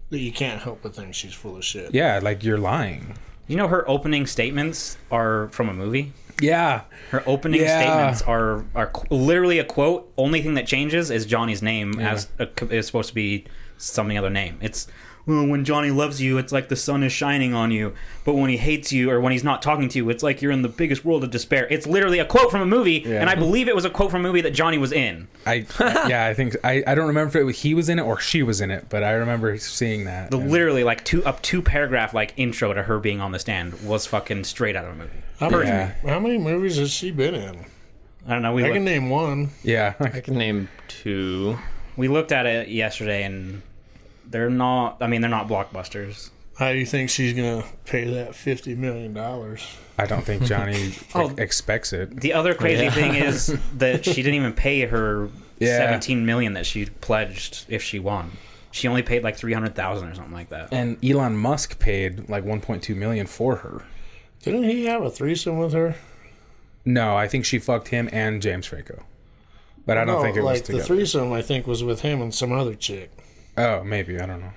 S2: that you can't help but think she's full of shit.
S1: Yeah, like you're lying.
S3: You know, her opening statements are from a movie.
S1: Yeah.
S3: Her opening
S1: Yeah.
S3: statements are are qu- literally a quote. Only thing that changes is Johnny's name as a, is supposed to be something other name. It's "Well, when Johnny loves you, it's like the sun is shining on you. But when he hates you or when he's not talking to you, it's like you're in the biggest world of despair. It's literally a quote from a movie,
S1: Yeah.
S3: and I believe it was a quote from a movie that Johnny was in.
S1: I yeah, I think I, I don't remember if it, he was in it or she was in it, but I remember seeing that.
S3: The
S1: and-
S3: literally like two up two paragraph like intro to her being on the stand was fucking straight out of a movie.
S2: How many,
S1: Yeah.
S2: how many movies has she been in?
S3: I don't know. We
S2: I
S3: looked,
S2: can name one.
S1: yeah.
S4: I can name two.
S3: we looked at it yesterday, and they're not. I mean, they're not blockbusters.
S2: How do you think she's gonna pay that fifty million dollars?
S1: I don't think Johnny
S3: Oh.
S1: expects it.
S3: The other crazy
S4: Yeah.
S3: thing is that she didn't even pay her
S1: Yeah.
S3: 17 million that she pledged if she won. She only paid like 300,000 or something like that.
S1: And Elon Musk paid like 1.2 million for her.
S2: Didn't he have a threesome with her?
S1: No, I think she fucked him and James Franco. But I don't think it
S2: like
S1: was
S2: the
S1: together.
S2: threesome. I think was with him and some other chick.
S1: oh, maybe I don't know.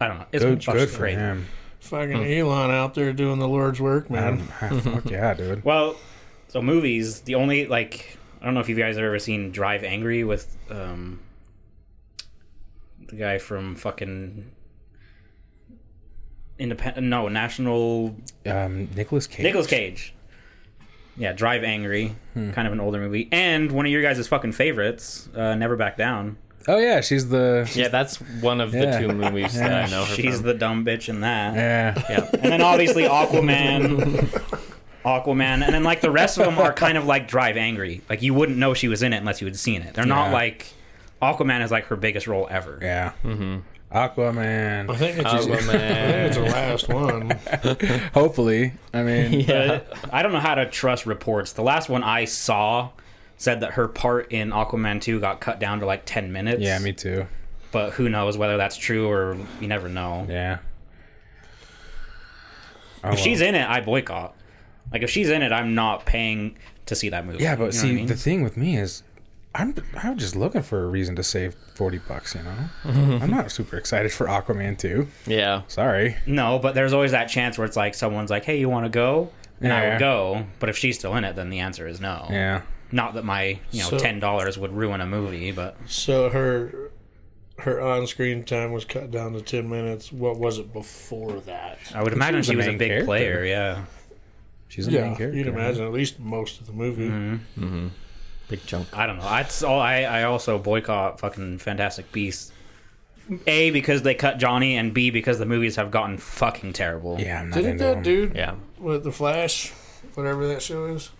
S3: I don't know. It's
S1: Good,
S3: fucking
S1: good for
S3: crazy.
S1: him.
S2: Fucking
S1: Hmm.
S2: Elon out there doing the Lord's work,
S1: I don't,
S2: man.
S1: fuck yeah, dude.
S3: Well, so movies, the only like I don't know if you guys have ever seen Drive Angry with um the guy from fucking Independent no, National
S1: Um, Nicholas Cage. Hmm.
S3: Nicolas Cage. Yeah, Drive Angry, kind of an older movie, and one of your guys' fucking favorites, uh, Never Back Down.
S1: Oh yeah, she's the
S4: Yeah, that's one of
S1: Yeah.
S4: the two movies that I know her
S3: She's
S4: from.
S3: the dumb bitch in that.
S1: yeah.
S3: Yeah. And then obviously Aquaman. Aquaman. And then like the rest of them are kind of like Drive Angry. Like you wouldn't know she was in it unless you had seen it. They're not
S1: Yeah.
S3: like Aquaman is like her biggest role ever.
S1: Yeah. Mm-hmm.
S2: I
S1: Aquaman.
S2: think
S4: Oh,
S2: it's his, I think
S4: Aquaman.
S2: it's the last one.
S1: Hopefully, I mean,
S4: yeah.
S3: I don't know how to trust reports. The last one I saw said that her part in Aquaman 2 got cut down to like 10 minutes.
S1: yeah, me too.
S3: But who knows whether that's true or you never know.
S1: Yeah. Oh,
S3: If she's
S1: well.
S3: in it, I boycott. Like if she's in it, I'm not paying to see that movie.
S1: yeah, but
S3: You know
S1: see,
S3: what I mean?
S1: the thing with me is, I'm I'm just looking for a reason to save forty bucks. You know, I'm not super excited for Aquaman two.
S4: Yeah.
S1: Sorry.
S3: No, but there's always that chance where it's like someone's like, "Hey, you want to go?" And I
S1: Yeah.
S3: would go, but if she's still in it, then the answer is no.
S1: Yeah.
S3: Not that my you know
S2: So-
S3: ten dollars would ruin a movie, but
S2: So her her on screen time was cut down to ten minutes. What was it before that?
S3: I would imagine
S1: was
S3: she
S1: the
S3: was a
S1: main
S3: big
S1: character.
S3: player. Yeah,
S1: She's a main
S2: Yeah,
S1: character.
S2: you'd imagine at least most of the movie.
S4: Big chunk.
S3: I don't know. That's all. I I also boycott fucking Fantastic Beasts. A because they cut Johnny, and B because the movies have gotten fucking terrible.
S1: Yeah, I'm not
S2: Didn't
S1: into
S2: that
S1: them.
S2: dude
S4: Yeah.
S2: with the Flash, whatever that show is,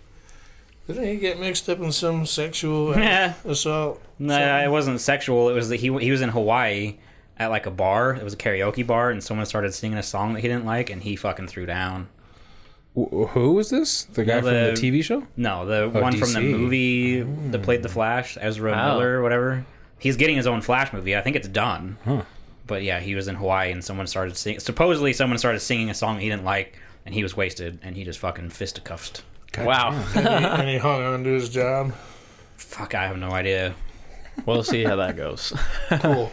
S2: didn't he get mixed up in some sexual
S3: Yeah.
S2: assault?
S3: Nah, it wasn't sexual. It was that he he was in Hawaii at like a bar. It was a karaoke bar, and someone started singing a song that he didn't like, and he fucking threw down.
S1: Wh- Who was this? The guy from the
S3: the-
S1: TV show?
S3: No, the one from the
S1: DC.
S3: movie that played the Flash, Ezra
S4: Oh.
S3: Miller, or whatever. He's getting his own Flash movie. I think it's done.
S1: Huh.
S3: But yeah, he was in Hawaii and someone started singing. Supposedly, someone started singing a song he didn't like, and he was wasted, and he just fucking fisticuffed.
S4: Wow.
S2: and, he, and he hung on to his job.
S3: Fuck, I have no idea.
S4: We'll see how that goes.
S2: Cool.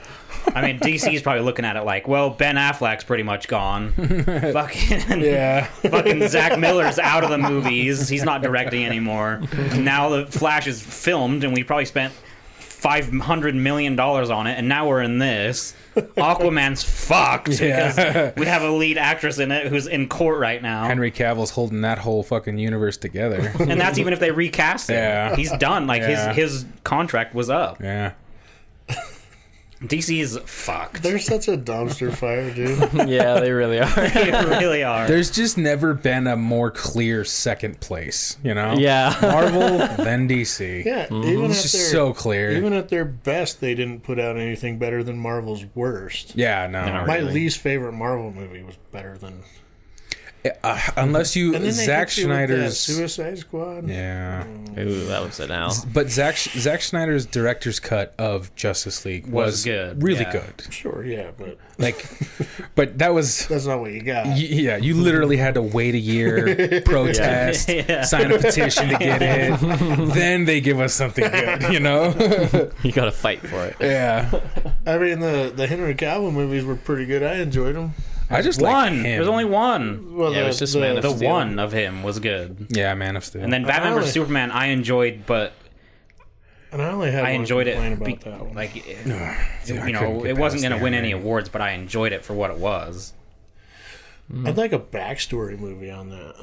S3: I mean, DC's probably looking at it like, well, Ben Affleck's pretty much gone. fucking,
S2: Yeah.
S3: fucking Zach Miller's out of the movies. He's not directing anymore. Now the Flash is filmed, and we probably spent five hundred million dollars on it, and now we're in this. Aquaman's fucked because we have a lead actress in it who's in court right now,
S1: Henry Cavill's holding that whole fucking universe together.
S3: and that's even if they recast him.
S1: Yeah.
S3: He's done. Like
S1: Yeah.
S3: his his contract was up.
S1: yeah.
S3: DC is fucked.
S2: They're such a dumpster fire, dude.
S4: yeah, they really are.
S3: They really are.
S1: There's just never been a more clear second place, you know?
S4: Yeah.
S1: Marvel, then DC.
S2: Yeah, even at
S1: It's
S2: their
S1: just so clear.
S2: even at their best, they didn't put out anything better than Marvel's worst.
S1: yeah, no.
S2: My least favorite Marvel movie was better than.
S1: Uh, unless you
S2: And then they
S1: Zack
S2: hit you with that
S1: Schneider's
S2: Suicide Squad.
S1: Yeah.
S3: Mm.
S4: Ooh, that was an owl.
S1: But Zack Zack Schneider's director's cut of Justice League was,
S3: Was good,
S1: Really
S3: yeah.
S1: good.
S2: Sure, yeah, but
S1: Like but that was
S2: that's not what you got.
S1: Y- Yeah, you literally had to wait a year, protest,
S3: Yeah.
S1: sign a petition to get it. then they give us something good, you know?
S4: You got to fight for it.
S1: yeah.
S2: I mean, the the Henry Cavill movies were pretty good. I enjoyed them.
S1: I just like
S3: One.
S1: him.
S3: There's only one.
S2: Well,
S4: Yeah, it was just Man of
S3: The
S4: Steel.
S3: one of him was good.
S1: yeah, Man of Steel.
S3: And then Batman
S2: Really?
S3: vs Superman, I enjoyed, but
S2: and I only had
S3: I
S2: one
S3: enjoyed it.
S2: complaint about
S3: be-
S2: that one.
S3: Like, it-
S1: Dude, I
S3: you
S1: couldn't
S3: know,
S1: get
S3: it wasn't
S1: past
S3: going to win
S1: that,
S3: any
S1: man.
S3: awards, but I enjoyed it for what it was. Mm-hmm.
S2: I'd like a backstory movie on that.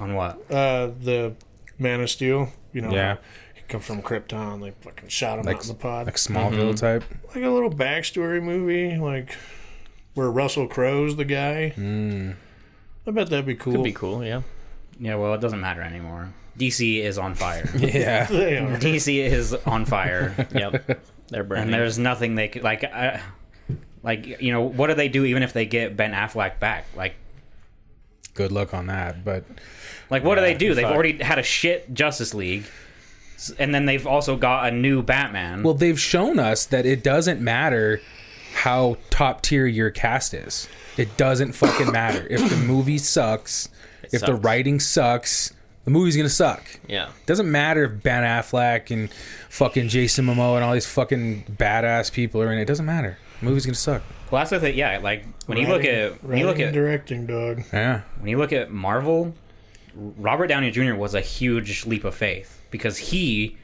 S3: On what?
S2: Uh, the Man of Steel, you know,
S1: Yeah.
S2: he come from Krypton. They fucking shot him
S1: Like-
S2: out in the pod.
S1: Like Smallville
S3: Mm-hmm.
S1: type.
S2: like a little backstory movie, like where Russell Crowe's the guy.
S3: Mm.
S2: I bet that'd be cool.
S4: Could be cool, yeah.
S3: Yeah, well, it doesn't matter anymore. DC is on fire.
S1: Yeah.
S2: They
S3: Mm.
S2: are.
S3: DC is on fire,
S4: Yep. They're
S3: and
S4: brand new.
S3: there's nothing they could like. I, like you know, what do they do even if they get Ben Affleck back? Like,
S1: Good luck on that. But
S3: like what do they do? They've
S4: fuck.
S3: already had a shit Justice League, s- and then they've also got a new Batman.
S1: well, they've shown us that it doesn't matter how top tier your cast is. It doesn't fucking matter if the movie sucks, if the
S4: sucks.
S1: writing sucks, the movie's gonna suck.
S4: Yeah.
S1: Doesn't matter if Ben Affleck and fucking Jason Momoa and all these fucking badass people are in it. Doesn't matter. The movie's gonna suck.
S3: Well, that's the thing. Yeah, like when you look at when you look
S2: Writing and
S3: at
S2: directing, dog.
S1: Yeah.
S3: when you look at Marvel, Robert Downey Jr. was a huge leap of faith because he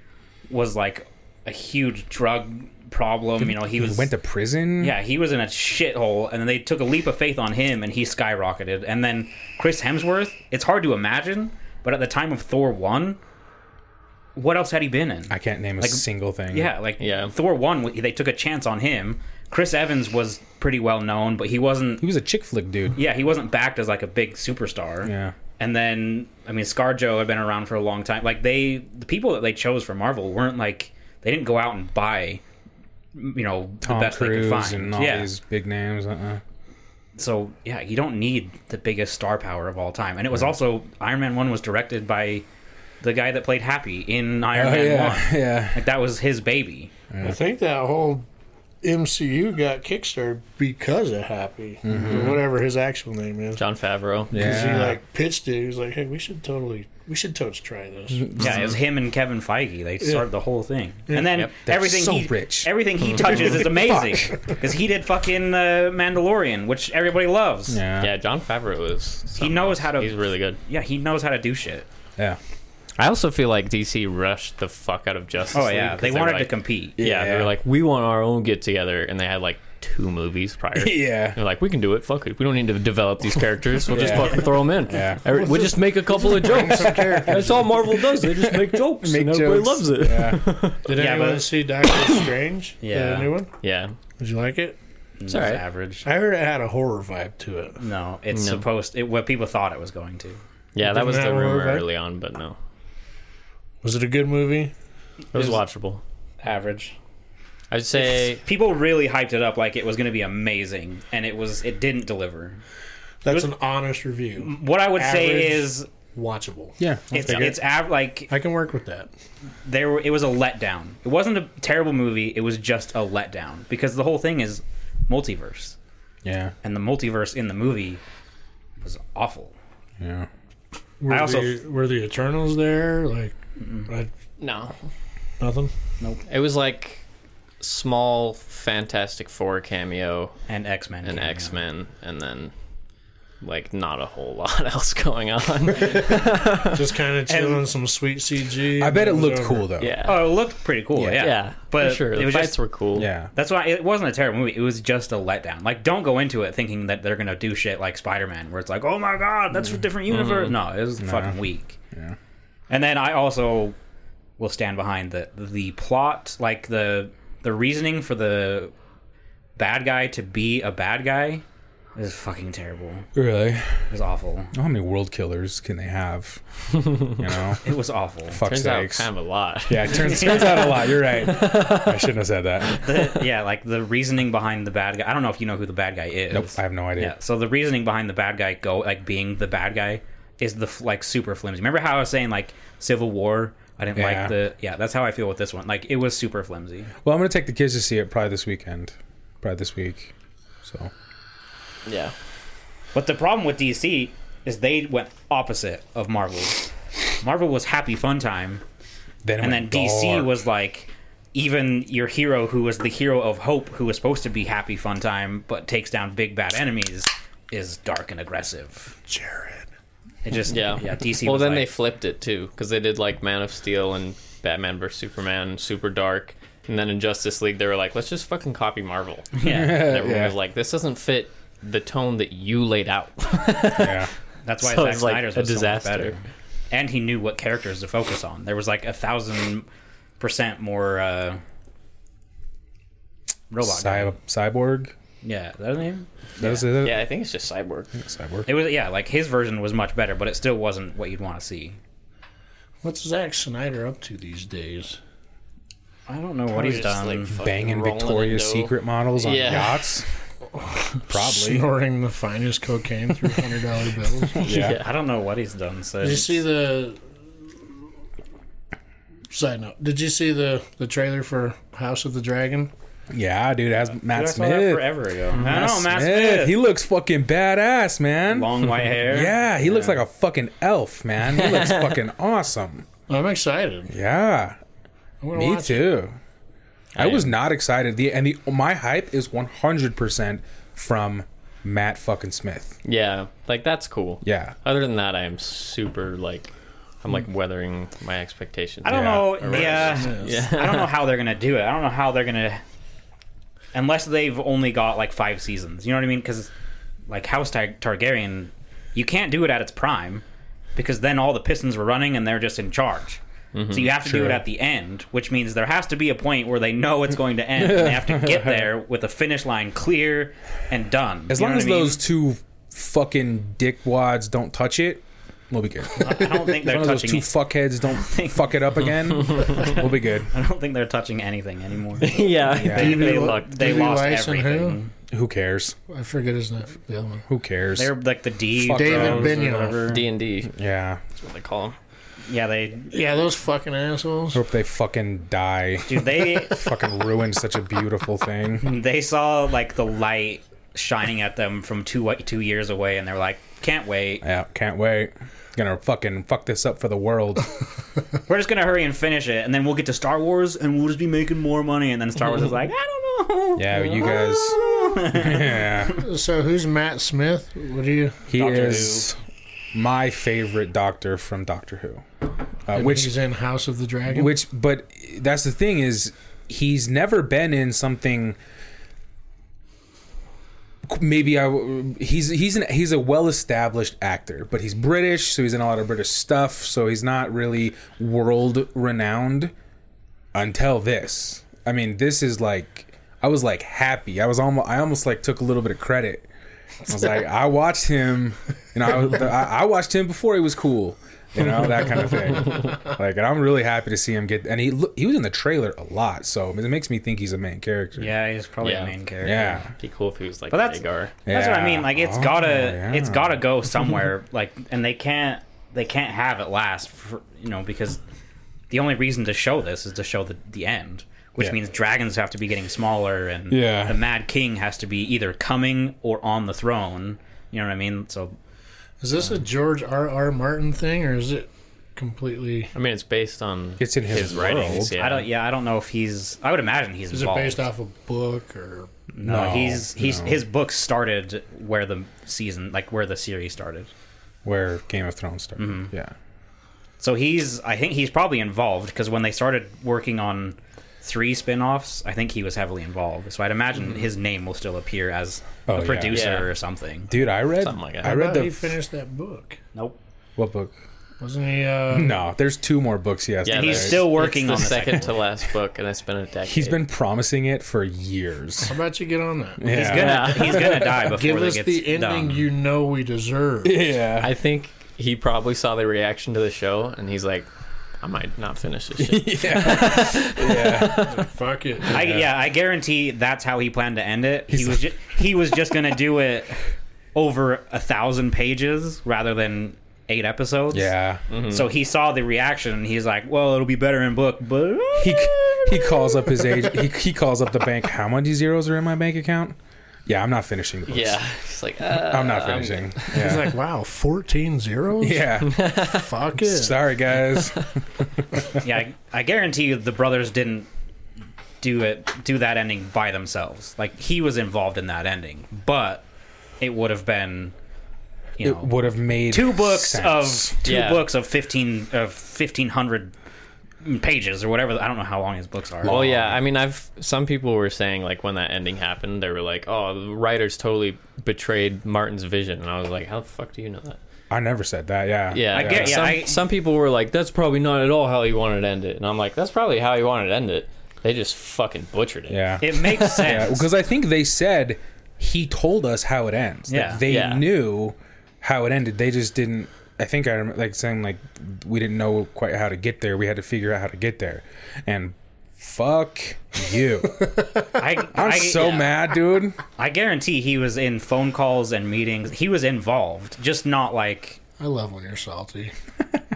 S3: was like a huge drug problem. You know, he was
S1: Went to prison.
S3: yeah, he was in a shithole, and then they took a leap of faith on him, and he skyrocketed. And then Chris Hemsworth, it's hard to imagine, but at the time of Thor one, what else had he been in?
S1: I can't name a single thing.
S3: Yeah, like
S4: Yeah.
S3: Thor one, they took a chance on him. Chris Evans was pretty well known, but he wasn't
S1: He was a chick flick dude.
S3: yeah, he wasn't backed as like a big superstar.
S1: Yeah.
S3: And then I mean ScarJo had been around for a long time. Like they the people that they chose for Marvel weren't like they didn't go out and buy you know
S1: Tom
S3: the best they could
S1: Cruise
S3: find.
S1: and all
S3: yeah.
S1: these big names. Uh-uh.
S3: So yeah, you don't need the biggest star power of all time. And it was also Iron Man 1 was directed by the guy that played Happy in Iron Man 1.
S1: Oh, yeah.
S3: Like that was his baby.
S2: I think that whole MCU got kickstarted because of Happy, or whatever his actual name is.
S4: John Favreau.
S2: Because
S1: Mm-hmm. Yeah.
S2: he like pitched it. He was like, "Hey, we should totally, we should totes try this."
S1: Mm-hmm.
S3: Yeah, it was him and Kevin Feige. They started the whole thing, and then
S4: Yep.
S1: They're
S3: everything
S1: so
S3: he,
S1: rich.
S3: everything he touches is amazing because he did fucking uh, Mandalorian, which everybody loves. Yeah.
S4: Yeah, John Favreau is.
S3: He knows how to-
S4: He's really good.
S3: he knows how to do shit.
S1: Yeah.
S4: I also feel like DC rushed the fuck out of Justice.
S3: Oh
S4: League
S3: yeah,
S4: 'cause
S3: they
S4: were
S3: wanted to
S4: like-
S3: compete.
S4: Yeah, they
S1: Yeah.
S4: were like, we want our own get together, and they had like two movies prior.
S1: Yeah.
S4: They're like, we can do it. Fuck it. We don't need to develop these characters. We'll just
S1: Yeah.
S4: fucking throw them in.
S1: Yeah.
S4: Every- We'll just make a couple of jokes. That's all Marvel does. They just make jokes.
S1: Make
S4: and everybody
S1: jokes.
S4: loves it.
S1: Yeah.
S2: Did
S3: Yeah,
S2: anyone
S3: but-
S2: see Doctor Strange?
S3: Yeah.
S2: the new one.
S4: Yeah.
S2: Did you like it?
S4: It's
S3: It
S4: all
S3: was
S4: right.
S3: average.
S2: I heard it had a horror vibe to it.
S3: No, it's supposed it, what people thought it was going to.
S4: Yeah, that was
S2: Didn't
S4: the
S2: that
S4: rumor
S2: work out?
S4: early on, but no.
S2: Was it a good movie?
S4: It was watchable.
S3: Average.
S4: I'd say
S3: People really hyped it up like it was going to be amazing, and it was. It didn't deliver.
S2: That's an honest review.
S3: What I would say
S2: Average.
S3: is
S2: Watchable.
S1: Yeah.
S3: it's it's av- like
S2: Mm-hmm. I can work with that.
S3: there were, it was a letdown. It wasn't a terrible movie. It was just a letdown because the whole thing is multiverse,
S1: Yeah.
S3: and the multiverse in the movie was awful.
S1: Yeah.
S2: Were,
S3: I also-
S2: the, were the Eternals there? Like, I,
S4: no.
S2: nothing?
S4: It was like small Fantastic Four cameo
S3: And X Men.
S4: and X Men, and then like not a whole lot else going on.
S2: Just kind of chilling some sweet CG.
S1: I
S2: and
S1: bet it
S2: was
S1: looked
S2: over.
S1: cool though.
S4: yeah.
S3: Oh, it looked pretty cool. Yeah,
S4: yeah.
S3: But
S4: for sure.
S3: it
S4: The
S3: was
S4: fights
S3: just
S4: were cool.
S1: Yeah.
S3: that's why it wasn't a terrible movie. It was just a letdown. Like, don't go into it thinking that they're gonna do shit like Spider Man, where it's like, oh my god, that's a different universe. No, it was fucking weak.
S1: Mm-hmm. Yeah.
S3: And then I also will stand behind the the plot, like the the reasoning for the bad guy to be a bad guy is fucking terrible.
S1: Really?
S3: It was awful.
S1: How many world killers can they have? You know?
S3: It was awful.
S1: Fuck
S4: Turns out
S1: sakes.
S4: kind of a lot.
S1: Yeah, it turns turns out a lot. You're right. I shouldn't have said that.
S3: The- yeah, like the reasoning behind the bad guy. I don't know if you know who the bad guy is.
S1: Nope. I have no idea.
S3: Yeah. So the reasoning behind the bad guy go like being the bad guy is the f- like super flimsy. Remember how I was saying like Civil War? I didn't
S1: Yeah.
S3: like the yeah. That's how I feel with this one. Like it was super flimsy.
S1: Well, I'm gonna take the kids to see it probably this weekend. Probably this week. So
S4: Yeah.
S3: But the problem with DC is they went opposite of Marvel. Marvel was happy fun time,
S1: then it
S3: and then
S1: went
S3: DC
S1: dark.
S3: was like even your hero who was the hero of hope who was supposed to be happy fun time but takes down big bad enemies is dark and aggressive.
S2: Jared.
S3: It just
S4: Yeah,
S3: yeah, DC.
S4: Well,
S3: was
S4: then
S3: like-
S4: they flipped it too because they did like Man of Steel and Batman vs Superman, and Super Dark, and then in Justice League they were like, let's just fucking copy Marvel.
S3: yeah,
S4: And everyone
S1: Yeah.
S4: was like, this doesn't fit the tone that you laid out.
S1: yeah.
S3: that's why
S4: So
S3: Zack
S4: it's like
S3: Snyder's
S4: a
S3: was so much
S4: disaster.
S3: better. And he knew what characters to focus on. There was like a thousand percent more uh, robot. guy.
S1: Cy- cyborg.
S3: Yeah, is that his name?
S1: That was it.
S4: yeah, I think it's just Cyborg.
S1: Cyborg.
S3: It was yeah, like his version was much better, but it still wasn't what you'd want to see.
S2: What's Zack Snyder up to these days?
S3: I don't know what
S4: Probably
S3: he's
S4: just,
S3: done.
S4: like, fucking
S1: Banging
S4: rolling
S1: Victoria's
S4: in dough.
S1: Secret models on
S4: Yeah.
S1: yachts. Probably.
S2: Snorting the finest cocaine through $100 bills.
S1: Yeah.
S3: I don't know what he's done. So
S2: Did you see the side note? Did you see the the trailer for House of the Dragon?
S1: Yeah, dude. That's Matt
S3: I saw
S1: Smith.
S3: that forever ago. I
S1: Matt
S3: know Matt Smith.
S1: He looks fucking badass, man.
S3: long white hair.
S1: yeah, he looks like a fucking elf, man. He looks fucking awesome.
S2: I'm excited.
S1: Yeah,
S2: I'm gonna
S1: me
S2: watch it.
S1: too. I,
S4: I
S1: was
S4: am.
S1: not excited. The and the my hype is 100% from Matt fucking Smith.
S4: Yeah, like that's cool.
S1: Yeah.
S3: Uh,
S4: Other than that, I am super like, I'm like weathering my expectations.
S3: I don't
S1: Yeah.
S3: know. Yeah, I don't know how they're gonna do it. I don't know how they're gonna, unless they've only got like five seasons. You know what I mean? Because like House Tar- Targaryen, you can't do it at its prime, because then all the Pistons were running and they're just in charge.
S1: Mm-hmm.
S3: So you have to do
S1: Sure.
S3: it at the end, which means there has to be a point where they know it's going to end. and They have to get there with the finish line clear and done.
S1: As
S3: You know
S1: long
S3: what
S1: as
S3: I mean?
S1: those two fucking dickwads don't touch it, we'll be good. As
S3: I don't think they're
S1: long as those two
S3: touching.
S1: fuckheads don't fuck it up again, we'll be good.
S3: I don't think they're touching anything anymore.
S4: yeah,
S1: They-
S4: They,
S3: they
S2: lo-
S4: looked.
S3: They
S2: DB
S3: lost
S2: Weiss and who?
S3: everything.
S1: Who cares?
S2: I forget his name. The other one.
S1: Who cares?
S3: They're like the D.
S1: Fuck
S2: David
S1: Rose or
S2: Benioff.
S4: D and D.
S1: yeah.
S4: What they call 'em.
S3: Yeah, they
S2: Yeah, those fucking assholes.
S1: Hope they fucking die.
S3: dude they
S1: fucking ruined such a beautiful thing.
S3: they saw like the light shining at them from two two years away, and they were like, "Can't wait.
S1: Yeah, can't wait. Gonna fucking fuck this up for the world.
S3: We're just gonna hurry and finish it, and then we'll get to Star Wars, and we'll just be making more money." And then Star Wars is like, "I don't know."
S1: Yeah, but you guys. Yeah,
S2: So who's Matt Smith? What do you?
S1: he
S3: Doctor
S1: is my favorite doctor from Doctor Who, uh,
S2: and
S1: which
S2: he's in House of the Dragon.
S1: Which, but that's the thing is, he's never been in something. Maybe I w- he's he's an, he's a well established actor, but he's British, so he's in a lot of British stuff. So he's not really world renowned until this. I mean, this is like I was like happy. I was almost I almost like took a little bit of credit. I was like, I watched him. You know, I, was- I I watched him before he was cool. You know, that kind of thing. Like, and I'm really happy to see him get. And he lo- he was in the trailer a lot, so it makes me think he's a main character.
S3: Yeah, he's probably
S4: Yeah.
S3: a main character.
S1: Yeah.
S4: Be cool if he was like
S3: But that's-
S4: Rhaegar.
S3: That's what I
S1: Yeah.
S3: mean. Like it's
S1: Oh,
S3: gotta,
S1: yeah.
S3: it's gotta go somewhere. like, and they can't, they can't have it last. For, you know, because the only reason to show this is to show the the end, which
S1: Yeah.
S3: means dragons have to be getting smaller, and
S1: Yeah.
S3: the Mad King has to be either coming or on the throne. You know what I mean? So
S2: is this a George R. R. Martin thing, or is it completely?
S4: I mean, it's based on
S1: It's in his world.
S4: writings. Yeah.
S3: I don't. Yeah, I don't know if he's. I would imagine he's.
S2: Is
S3: involved.
S2: it based off a book or?
S3: No,
S1: No,
S3: he's he's
S1: no.
S3: his book started where the season, like where the series started.
S1: Where Game of Thrones started.
S4: Mm-hmm.
S1: Yeah.
S3: So he's, I think he's probably involved because when they started working on three spin-offs, I think he was heavily involved. So I'd imagine his name will still appear as
S1: Oh,
S3: a
S1: yeah.
S3: producer
S4: Yeah.
S3: or something.
S1: Dude, I read.
S4: Something like that.
S1: I
S2: I
S1: read the
S2: he finished that book.
S3: Nope.
S1: what book?
S2: Wasn't he? Uh,
S1: No, there's two more books he has. to
S4: Yeah,
S3: He's
S1: write.
S4: there's-
S3: still
S4: it's
S3: working
S4: the
S3: on the
S4: second, to
S3: second
S4: last book, and it's been a decade.
S1: He's been promising it for years.
S2: How about you get on that?
S1: Yeah.
S3: He's gonna he's gonna die before
S2: Give
S3: they
S2: us
S3: gets
S2: the ending
S3: done.
S2: you know we deserve.
S1: Yeah.
S4: I think he probably saw the reaction to the show, and he's like, I might not finish this shit.
S2: Fuck it.
S3: I, yeah, I guarantee that's how he planned to end it. He was just, he was just gonna do it over a thousand pages rather than eight episodes.
S1: Yeah.
S3: So he saw the reaction. and He's like, "Well, it'll be better in book." But
S1: He he calls up his age. He, he calls up the bank. How many zeros are in my bank account? Yeah, I'm not finishing the books.
S4: yeah. He's like, uh,
S1: I'm not finishing.
S2: He's
S1: yeah.
S2: like, wow, 14 zeros?
S1: yeah.
S2: Fuck it.
S1: Sorry, guys.
S3: yeah, I, I guarantee you the brothers didn't do it do that ending by themselves. Like he was involved in that ending, but it would have been you
S1: It
S3: know
S1: would have made
S3: two books
S1: sense.
S3: of two
S4: Yeah.
S3: books of 15 of 1500 pages or whatever i don't know how long his books are
S4: Oh yeah, I mean, I've some people were saying like when that ending happened, they were like, "Oh, the writers totally betrayed Martin's vision," and I was like, "How the fuck do you know that?"
S1: I never said that. Yeah,
S4: Yeah,
S3: I get-
S4: like,
S3: yeah,
S4: some,
S3: I-
S4: some people were like, "That's probably not at all how he wanted to end it," and I'm like, "That's probably how he wanted to end it." They just fucking butchered it.
S1: yeah.
S3: it makes
S1: Yeah,
S3: sense
S1: because I think they said he told us how it ends. Like,
S3: Yeah.
S1: they
S4: Yeah.
S1: knew how it ended. They just didn't. I think I remember like saying like we didn't know quite how to get there. We had to figure out how to get there, and fuck you.
S3: I,
S1: I'm
S3: I-
S1: so mad, dude.
S3: I guarantee he was in phone calls and meetings he was involved just not like
S2: I love when you're salty.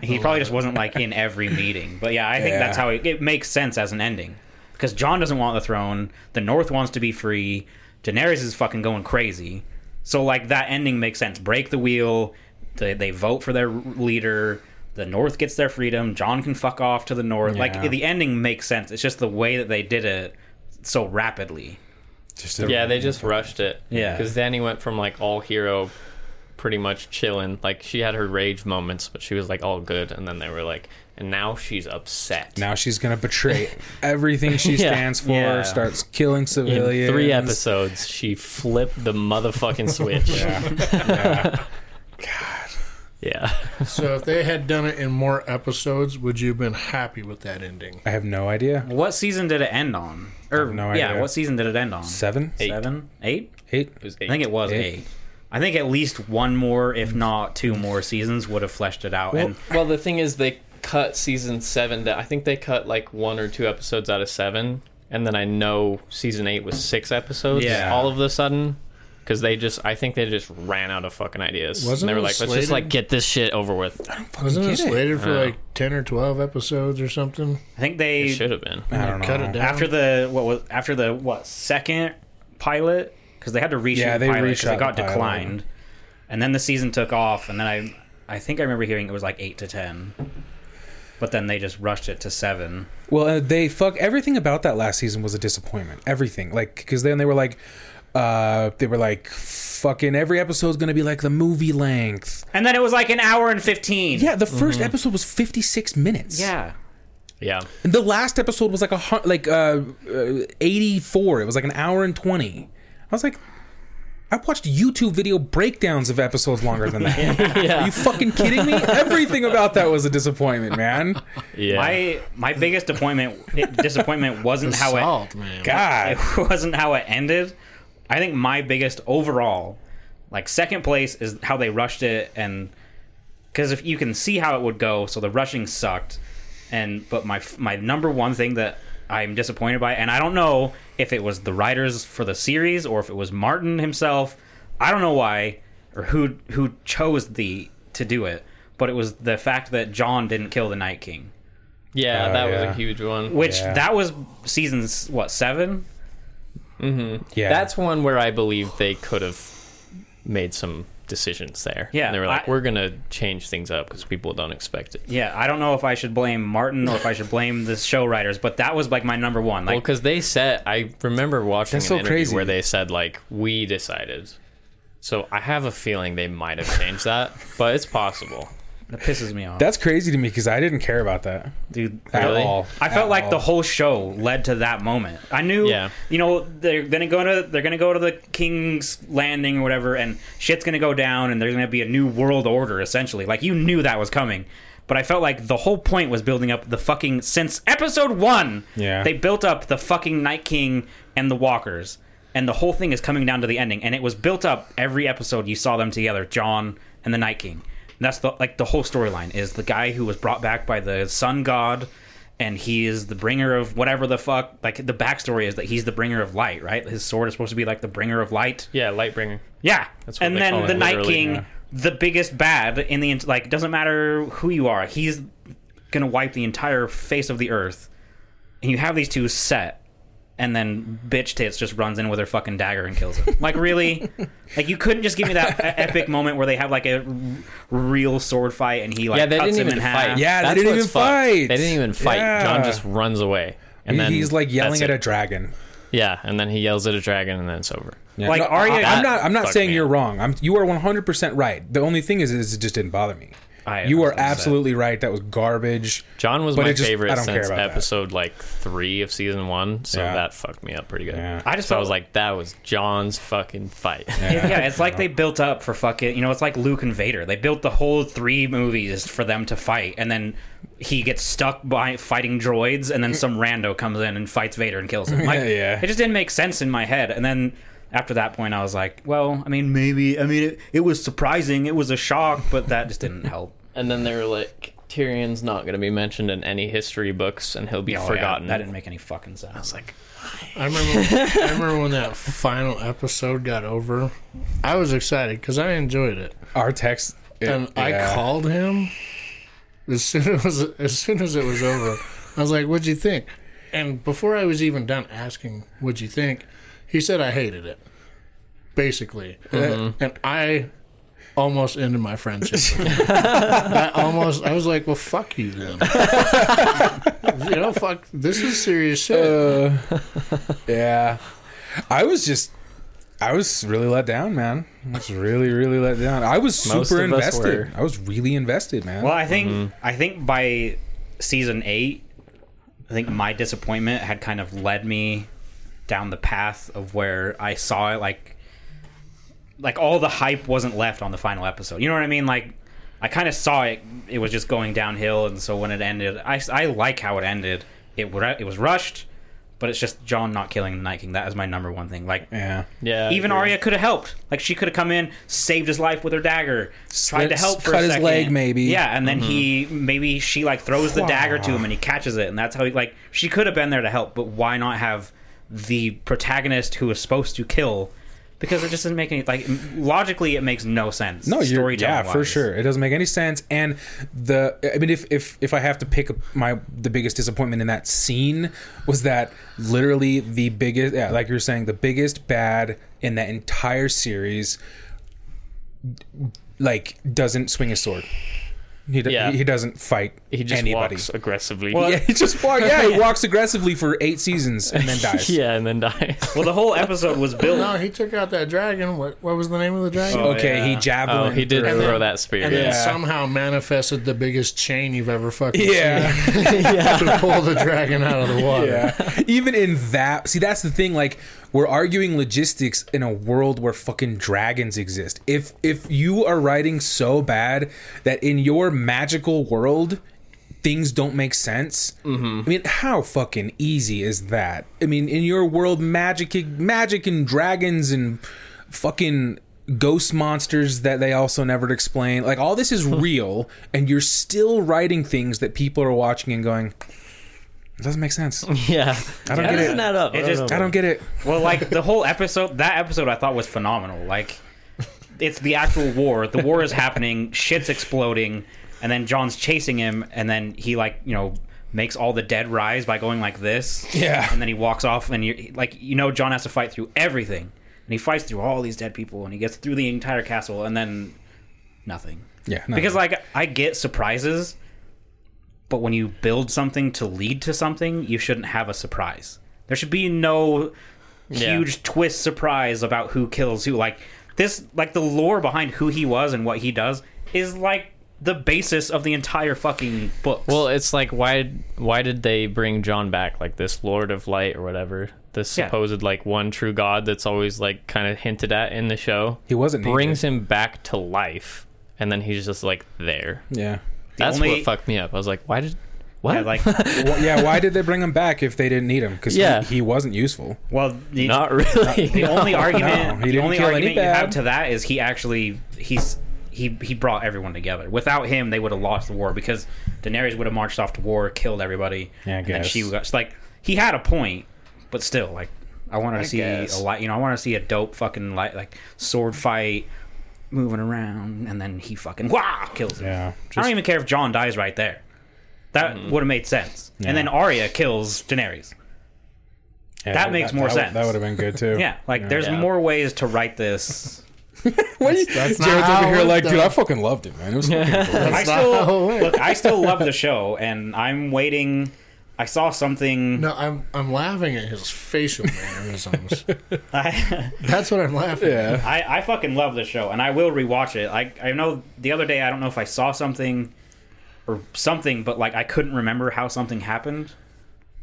S3: he probably just wasn't like in every meeting but yeah i think
S1: Oh, Yeah.
S3: that's how it, it makes sense as an ending because john doesn't want the throne the north wants to be free daenerys is fucking going crazy so like that ending makes sense break the wheel they, they vote for their leader the north gets their freedom john can fuck off to the north
S1: Yeah.
S3: like the ending makes sense it's just the way that they did it so rapidly
S1: Just
S4: Yeah, they just rushed it.
S3: Yeah.
S4: because Danny went from like all hero, pretty much chilling. Like she had her rage moments, but she was like all good, and then they were like, and now she's upset.
S1: now she's gonna betray everything she
S4: Yeah.
S1: stands for.
S3: Yeah.
S1: Starts killing
S4: in
S1: civilians.
S4: three episodes, she flipped the motherfucking switch. yeah.
S2: So if they had done it in more episodes, would you have been happy with that ending?
S1: I have no idea.
S3: what season did it end on or
S1: no
S3: yeah
S1: idea.
S3: what season did it end on
S1: Seven, eight.
S3: seven eight
S4: It was
S3: I think it was
S1: Eight.
S3: eight. I think at least one more, if not two more seasons, would have fleshed it out. and
S4: Well, the thing is, they cut season seven. That I think they cut like one or two episodes out of seven, and then I know season eight was six episodes.
S3: Yeah.
S4: all of a sudden. Because they just, I think they just ran out of fucking ideas.
S2: Wasn't
S4: and they were
S2: it
S4: like, let's just
S2: slated-
S4: like get this shit over with.
S2: Wasn't it
S1: get it.
S2: slated for like ten or twelve episodes or something?
S3: I think
S4: It
S3: they
S4: should have been.
S1: I don't know.
S2: Cut it down.
S3: after the what was after the what second pilot because they had to reshoot
S1: Yeah,
S3: the
S1: they
S3: pilot 'cause
S1: reshot
S3: it got
S1: the pilot.
S3: declined, and then the season took off. And then I I think I remember hearing it was like eight to ten, but then they just rushed it to seven.
S1: Well, uh, they fuck everything about that last season was a disappointment. Everything, like, because then they were like, uh, they were like, fucking every episode's gonna be like the movie length.
S3: And then it was like an hour and fifteen.
S1: Yeah, the 1st episode was fifty six minutes.
S3: yeah.
S4: Yeah.
S1: and the last episode was like a hun- like uh, uh eighty four. It was like an hour and twenty. I was like. I've watched YouTube video breakdowns of episodes longer than that. Are you fucking kidding me? Everything about that was a disappointment, man.
S4: Yeah.
S3: My my biggest disappointment disappointment wasn't how it
S2: Salt, man.
S1: God.
S3: it wasn't how it ended. I think my biggest overall, like second place, is how they rushed it, and because if you can see how it would go, so the rushing sucked. And but my my number one thing that I'm disappointed by, and I don't know if it was the writers for the series or if it was Martin himself. I don't know why or who who chose the to do it, but it was the fact that John didn't kill the Night King
S4: yeah,
S1: Oh,
S4: that was
S1: yeah.
S4: a huge one.
S3: which
S1: Yeah.
S3: that was seasons what seven
S1: Yeah.
S4: That's one where I believe they could have made some decisions there.
S3: Yeah,
S4: They were like,
S3: I-
S4: we're going to change things up because people don't expect it.
S3: yeah i don't know if i should blame martin or if i should blame the show writers but that was like my number one
S4: Well,
S3: like
S4: because they said, I remember watching
S1: That's
S4: an
S1: so
S4: interview
S1: crazy.
S4: where they said, like, we decided. So I have a feeling they might have changed that, but it's possible.
S3: that pisses me off
S1: that's crazy to me because I didn't care about that.
S3: dude
S1: At
S4: Really?
S1: all.
S3: i felt
S1: At
S3: like the
S1: all.
S3: whole show led to that moment i knew
S4: Yeah.
S3: you know they're gonna go to they're gonna go to the king's landing or whatever and shit's gonna go down and there's gonna be a new world order essentially like you knew that was coming but I felt like the whole point was building up the fucking since episode one.
S1: Yeah.
S3: they built up the fucking Night King and the Walkers, and the whole thing is coming down to the ending. And it was built up every episode you saw them together, John and the Night King. And that's the like the whole storyline is the guy who was brought back by the sun god, and he is the bringer of whatever the fuck. Like the backstory is that he's the bringer of light, right? His sword is supposed to be like the bringer of light.
S4: Yeah, Lightbringer.
S3: Yeah,
S4: That's what
S3: and
S4: they
S3: then
S4: call it,
S3: the Night
S4: literally,
S3: King,
S4: yeah.
S3: the biggest bad in the ent- like, doesn't matter who you are, he's gonna wipe the entire face of the earth. And you have these two set, and then bitch tits just runs in with her fucking dagger and kills him. like really, like you couldn't just give me that e- epic moment where they have like a r- real sword fight and he like
S4: yeah, they
S3: cuts
S4: didn't
S3: him
S4: even
S3: in
S4: fight.
S3: half.
S1: Yeah, they
S4: That's
S1: didn't
S4: what's
S1: even
S4: fucked.
S1: fight.
S4: They didn't even fight.
S1: Yeah.
S4: John just runs away. And then
S1: he's like yelling
S4: that's
S1: at
S4: it.
S1: a dragon.
S4: Yeah, and then he yells at a dragon, and then it's over.
S1: Yeah.
S3: Like,
S1: No,
S3: Arya-
S1: I, am not. I'm not
S4: Fuck
S1: saying
S4: me.
S1: you're wrong. I'm. You are 100 percent right. The only thing is, is it just didn't bother me.
S3: I
S1: you are
S3: 100%.
S1: absolutely right. That was garbage.
S4: John was
S1: But
S4: my
S1: it just- I
S4: favorite
S1: don't care
S4: since
S1: about that.
S4: episode like three of season one, so
S1: Yeah.
S4: that fucked me up pretty good.
S1: Yeah.
S3: I just
S4: so I
S3: felt-
S4: was like, that was John's fucking fight.
S3: Yeah, it's like they built up for fucking. You know, it's like Luke and Vader. They built the whole three movies for them to fight, and then he gets stuck by fighting droids, and then some rando comes in and fights Vader and kills him. Like,
S1: Mm. Yeah, yeah.
S3: It just didn't make sense in my head, and then. After that point, I was like, "Well, I mean, maybe. I mean, it, it was surprising. It was a shock, but that just didn't help.
S4: and then they were like, Tyrion's not going to be mentioned in any history books, and he'll be
S3: Oh, yeah,
S4: forgotten.
S3: that didn't make any fucking sense. I was like,
S2: I remember, I remember when that final episode got over. I was excited because I enjoyed it,
S1: Our text. it-
S2: and
S1: yeah.
S2: I called him as soon as as soon as it was over. I was like, "What'd you think?" And before I was even done asking, "What'd you think?" he said, "I hated it." Basically, and I almost ended my friendship. With him. I almost. I was like, "Well, fuck you then." you know, fuck. This is serious shit.
S1: uh, Yeah. I was just I was really let down, man. I was really, really let down. I was
S4: Most
S1: super
S4: of us
S1: invested.
S4: were.
S1: I was really invested, man.
S3: Well, I think I think by season eight, I think my disappointment had kind of led me down the path of where I saw it like like all the hype wasn't left on the final episode. You know what I mean? Like I kind of saw it; it was just going downhill, and so when it ended, I, I like how it ended. It ru- it was rushed, but it's just John not killing the Night King. That is my number one thing. Like
S1: yeah.
S4: yeah, I
S3: even
S4: agree.
S3: Arya could have helped. Like she could have come in, saved his life with her dagger, tried to help for
S1: cut
S3: a
S1: his
S3: second.
S1: leg, maybe.
S3: Yeah, and then he
S4: Mm-hmm.
S3: maybe she like throws the dagger to him and he catches it, and that's how he like she could have been there to help. But why not have the protagonist who is supposed to kill? Because it just doesn't make any like logically it makes no sense.
S1: No, you're yeah,
S3: storytelling
S1: for
S3: wise.
S1: sure. It doesn't make any sense. And the I mean, if if if I have to pick my the biggest disappointment in that scene was that literally the biggest, yeah, like you're saying, the biggest bad in that entire series, like doesn't swing his sword. He, do,
S4: Yeah.
S1: he, he doesn't fight.
S4: he just
S1: anybody.
S4: walks aggressively.
S1: Yeah, he just walks. Yeah, he walks aggressively for eight seasons and then dies.
S4: yeah, and then dies.
S3: Well, the whole episode was built.
S2: No, he took out that dragon. What what was the name of the dragon?
S3: Oh,
S1: Okay, he
S3: yeah.
S1: javelin.
S4: oh, he did
S1: through-
S4: throw that spear.
S2: and then
S1: Yeah.
S2: somehow manifested the biggest chain you've ever fucking
S1: Yeah,
S2: seen to pull the dragon out of the water.
S1: yeah. Even in that, see, that's the thing. Like, we're arguing logistics in a world where fucking dragons exist. If if you are writing so bad that in your magical world things don't make sense, I mean, how fucking easy is that? I mean, in your world, magic, magic, and dragons and fucking ghost monsters that they also never explain. Like all this is real, and you're still writing things that people are watching and going, "It doesn't make sense. I
S4: yeah,
S1: don't
S4: that
S1: get
S4: doesn't
S1: it.
S4: add up.
S3: It
S4: I don't
S3: just-
S4: know.
S1: I don't get it."
S3: Well, like the whole episode, that episode I thought was phenomenal. Like, it's the actual war. The war is happening. Shit's exploding, and then John's chasing him, and then he like you know makes all the dead rise by going like this.
S1: Yeah.
S3: And then he walks off, and you like you know John has to fight through everything, and he fights through all these dead people, and he gets through the entire castle, and then nothing.
S1: Yeah, no.
S3: Because like I get surprises, but when you build something to lead to something, you shouldn't have a surprise. There should be no
S4: Yeah.
S3: huge twist surprise about who kills who. Like this, like the lore behind who he was and what he does is like the basis of the entire fucking book.
S4: Well, it's like why why did they bring John back like this Lord of Light or whatever, the
S3: Yeah.
S4: supposed like one true god that's always like kind of hinted at in the show?
S1: He wasn't needed.
S4: brings him back to life, and then he's just like there.
S1: Yeah.
S4: that's
S3: only-
S4: what fucked me up. I was like, why did what?
S3: yeah, uh, like
S1: Well, yeah, why did they bring him back if they didn't need him? Because
S4: Yeah.
S1: he, he wasn't useful.
S3: well, the,
S4: not really.
S3: the only argument
S1: he
S3: the
S1: didn't
S3: only
S1: kill any
S3: argument you
S1: bad.
S3: have to that is he actually he's he he brought everyone together. Without him, they would have lost the war because Daenerys would have marched off to war, killed everybody,
S1: Yeah, I
S3: and then
S1: guess.
S3: she got like he had a point, but still like I want to see
S1: guess.
S3: a light. You know, I want to see a dope fucking light like sword fight. Moving around, and then he fucking wah kills him.
S1: Yeah,
S3: I
S1: just-
S3: don't even care if John dies right there. That would have made sense. And then Arya kills Daenerys.
S1: Yeah,
S3: That makes more
S1: that would-
S3: sense.
S1: That would have been good too.
S3: Yeah, like there's
S4: Yeah.
S3: more ways to write this
S1: What you,
S2: not
S1: Jared's over
S2: how
S1: here
S2: it
S1: like, dude,
S2: done.
S1: I fucking loved it, man. It was fucking cool.
S3: I
S2: That's not how
S3: still
S2: it went.
S3: look. I still love the show, and I'm waiting I saw something.
S2: No, I'm I'm laughing at his facial mannerisms.
S3: I,
S2: That's what I'm laughing at.
S1: Yeah.
S3: I I fucking love this show, and I will rewatch it. I I know the other day I don't know if I saw something or something, but like I couldn't remember how something happened,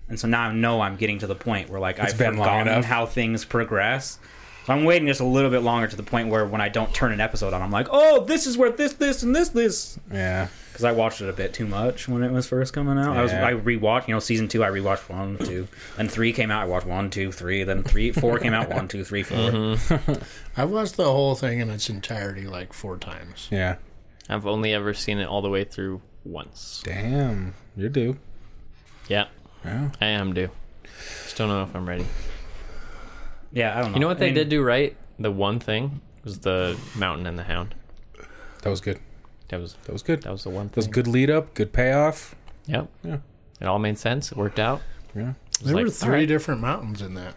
S3: and so now I know I'm getting to the point where like I've
S1: been long
S3: forgotten
S1: enough.
S3: how things progress. So I'm waiting just a little bit longer to the point where when I don't turn an episode on, I'm like, oh, this is where this, this, and this, this,
S1: Yeah.
S3: because I watched it a bit too much when it was first coming out. I was
S1: Yeah.
S3: I rewatched, you know, season two. I rewatched one, two, and three came out. I watched one, two, three, then three, four came out. One, two, three, four.
S4: Mm-hmm.
S2: I've watched the whole thing in its entirety like four times.
S1: Yeah.
S4: I've only ever seen it all the way through once.
S1: Damn. You're due.
S4: Yeah,
S1: Yeah.
S4: I am due. Just don't know if I'm ready.
S3: Yeah, I don't know.
S4: You know what
S3: I
S4: they
S3: mean,
S4: did do right? The one thing was the mountain and the hound.
S1: That was good.
S4: That was
S1: That was good.
S4: that
S1: That
S4: was the one thing.
S1: was good lead up, good payoff.
S4: Yep.
S1: Yeah.
S4: It all made sense. It worked out.
S1: Yeah.
S4: It was
S2: There
S4: like,
S2: were three
S4: all right.
S2: different mountains in that.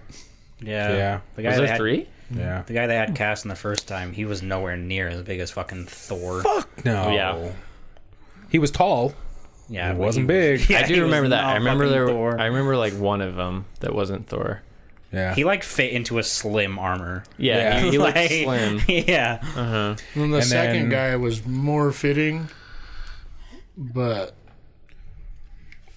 S3: Yeah,
S1: Yeah.
S3: The guy
S4: Was
S3: they
S4: there
S3: had,
S4: three?
S1: Yeah.
S3: The guy they had cast in the first time, he was nowhere near as big as fucking Thor.
S1: No.
S4: Yeah.
S1: He was tall.
S3: Yeah,
S1: It
S3: but
S1: wasn't
S3: he was-
S1: big.
S3: Yeah,
S4: I
S3: he
S4: do
S3: was
S4: remember that.
S3: not
S4: I remember
S3: fucking
S4: there.
S3: Thor.
S4: I remember like one of them that wasn't Thor.
S1: Yeah.
S3: He like fit into a slim armor.
S4: Yeah, He, he looked
S3: Like,
S4: slim.
S3: Yeah,
S2: And then the
S1: And then-
S2: second guy was more fitting, but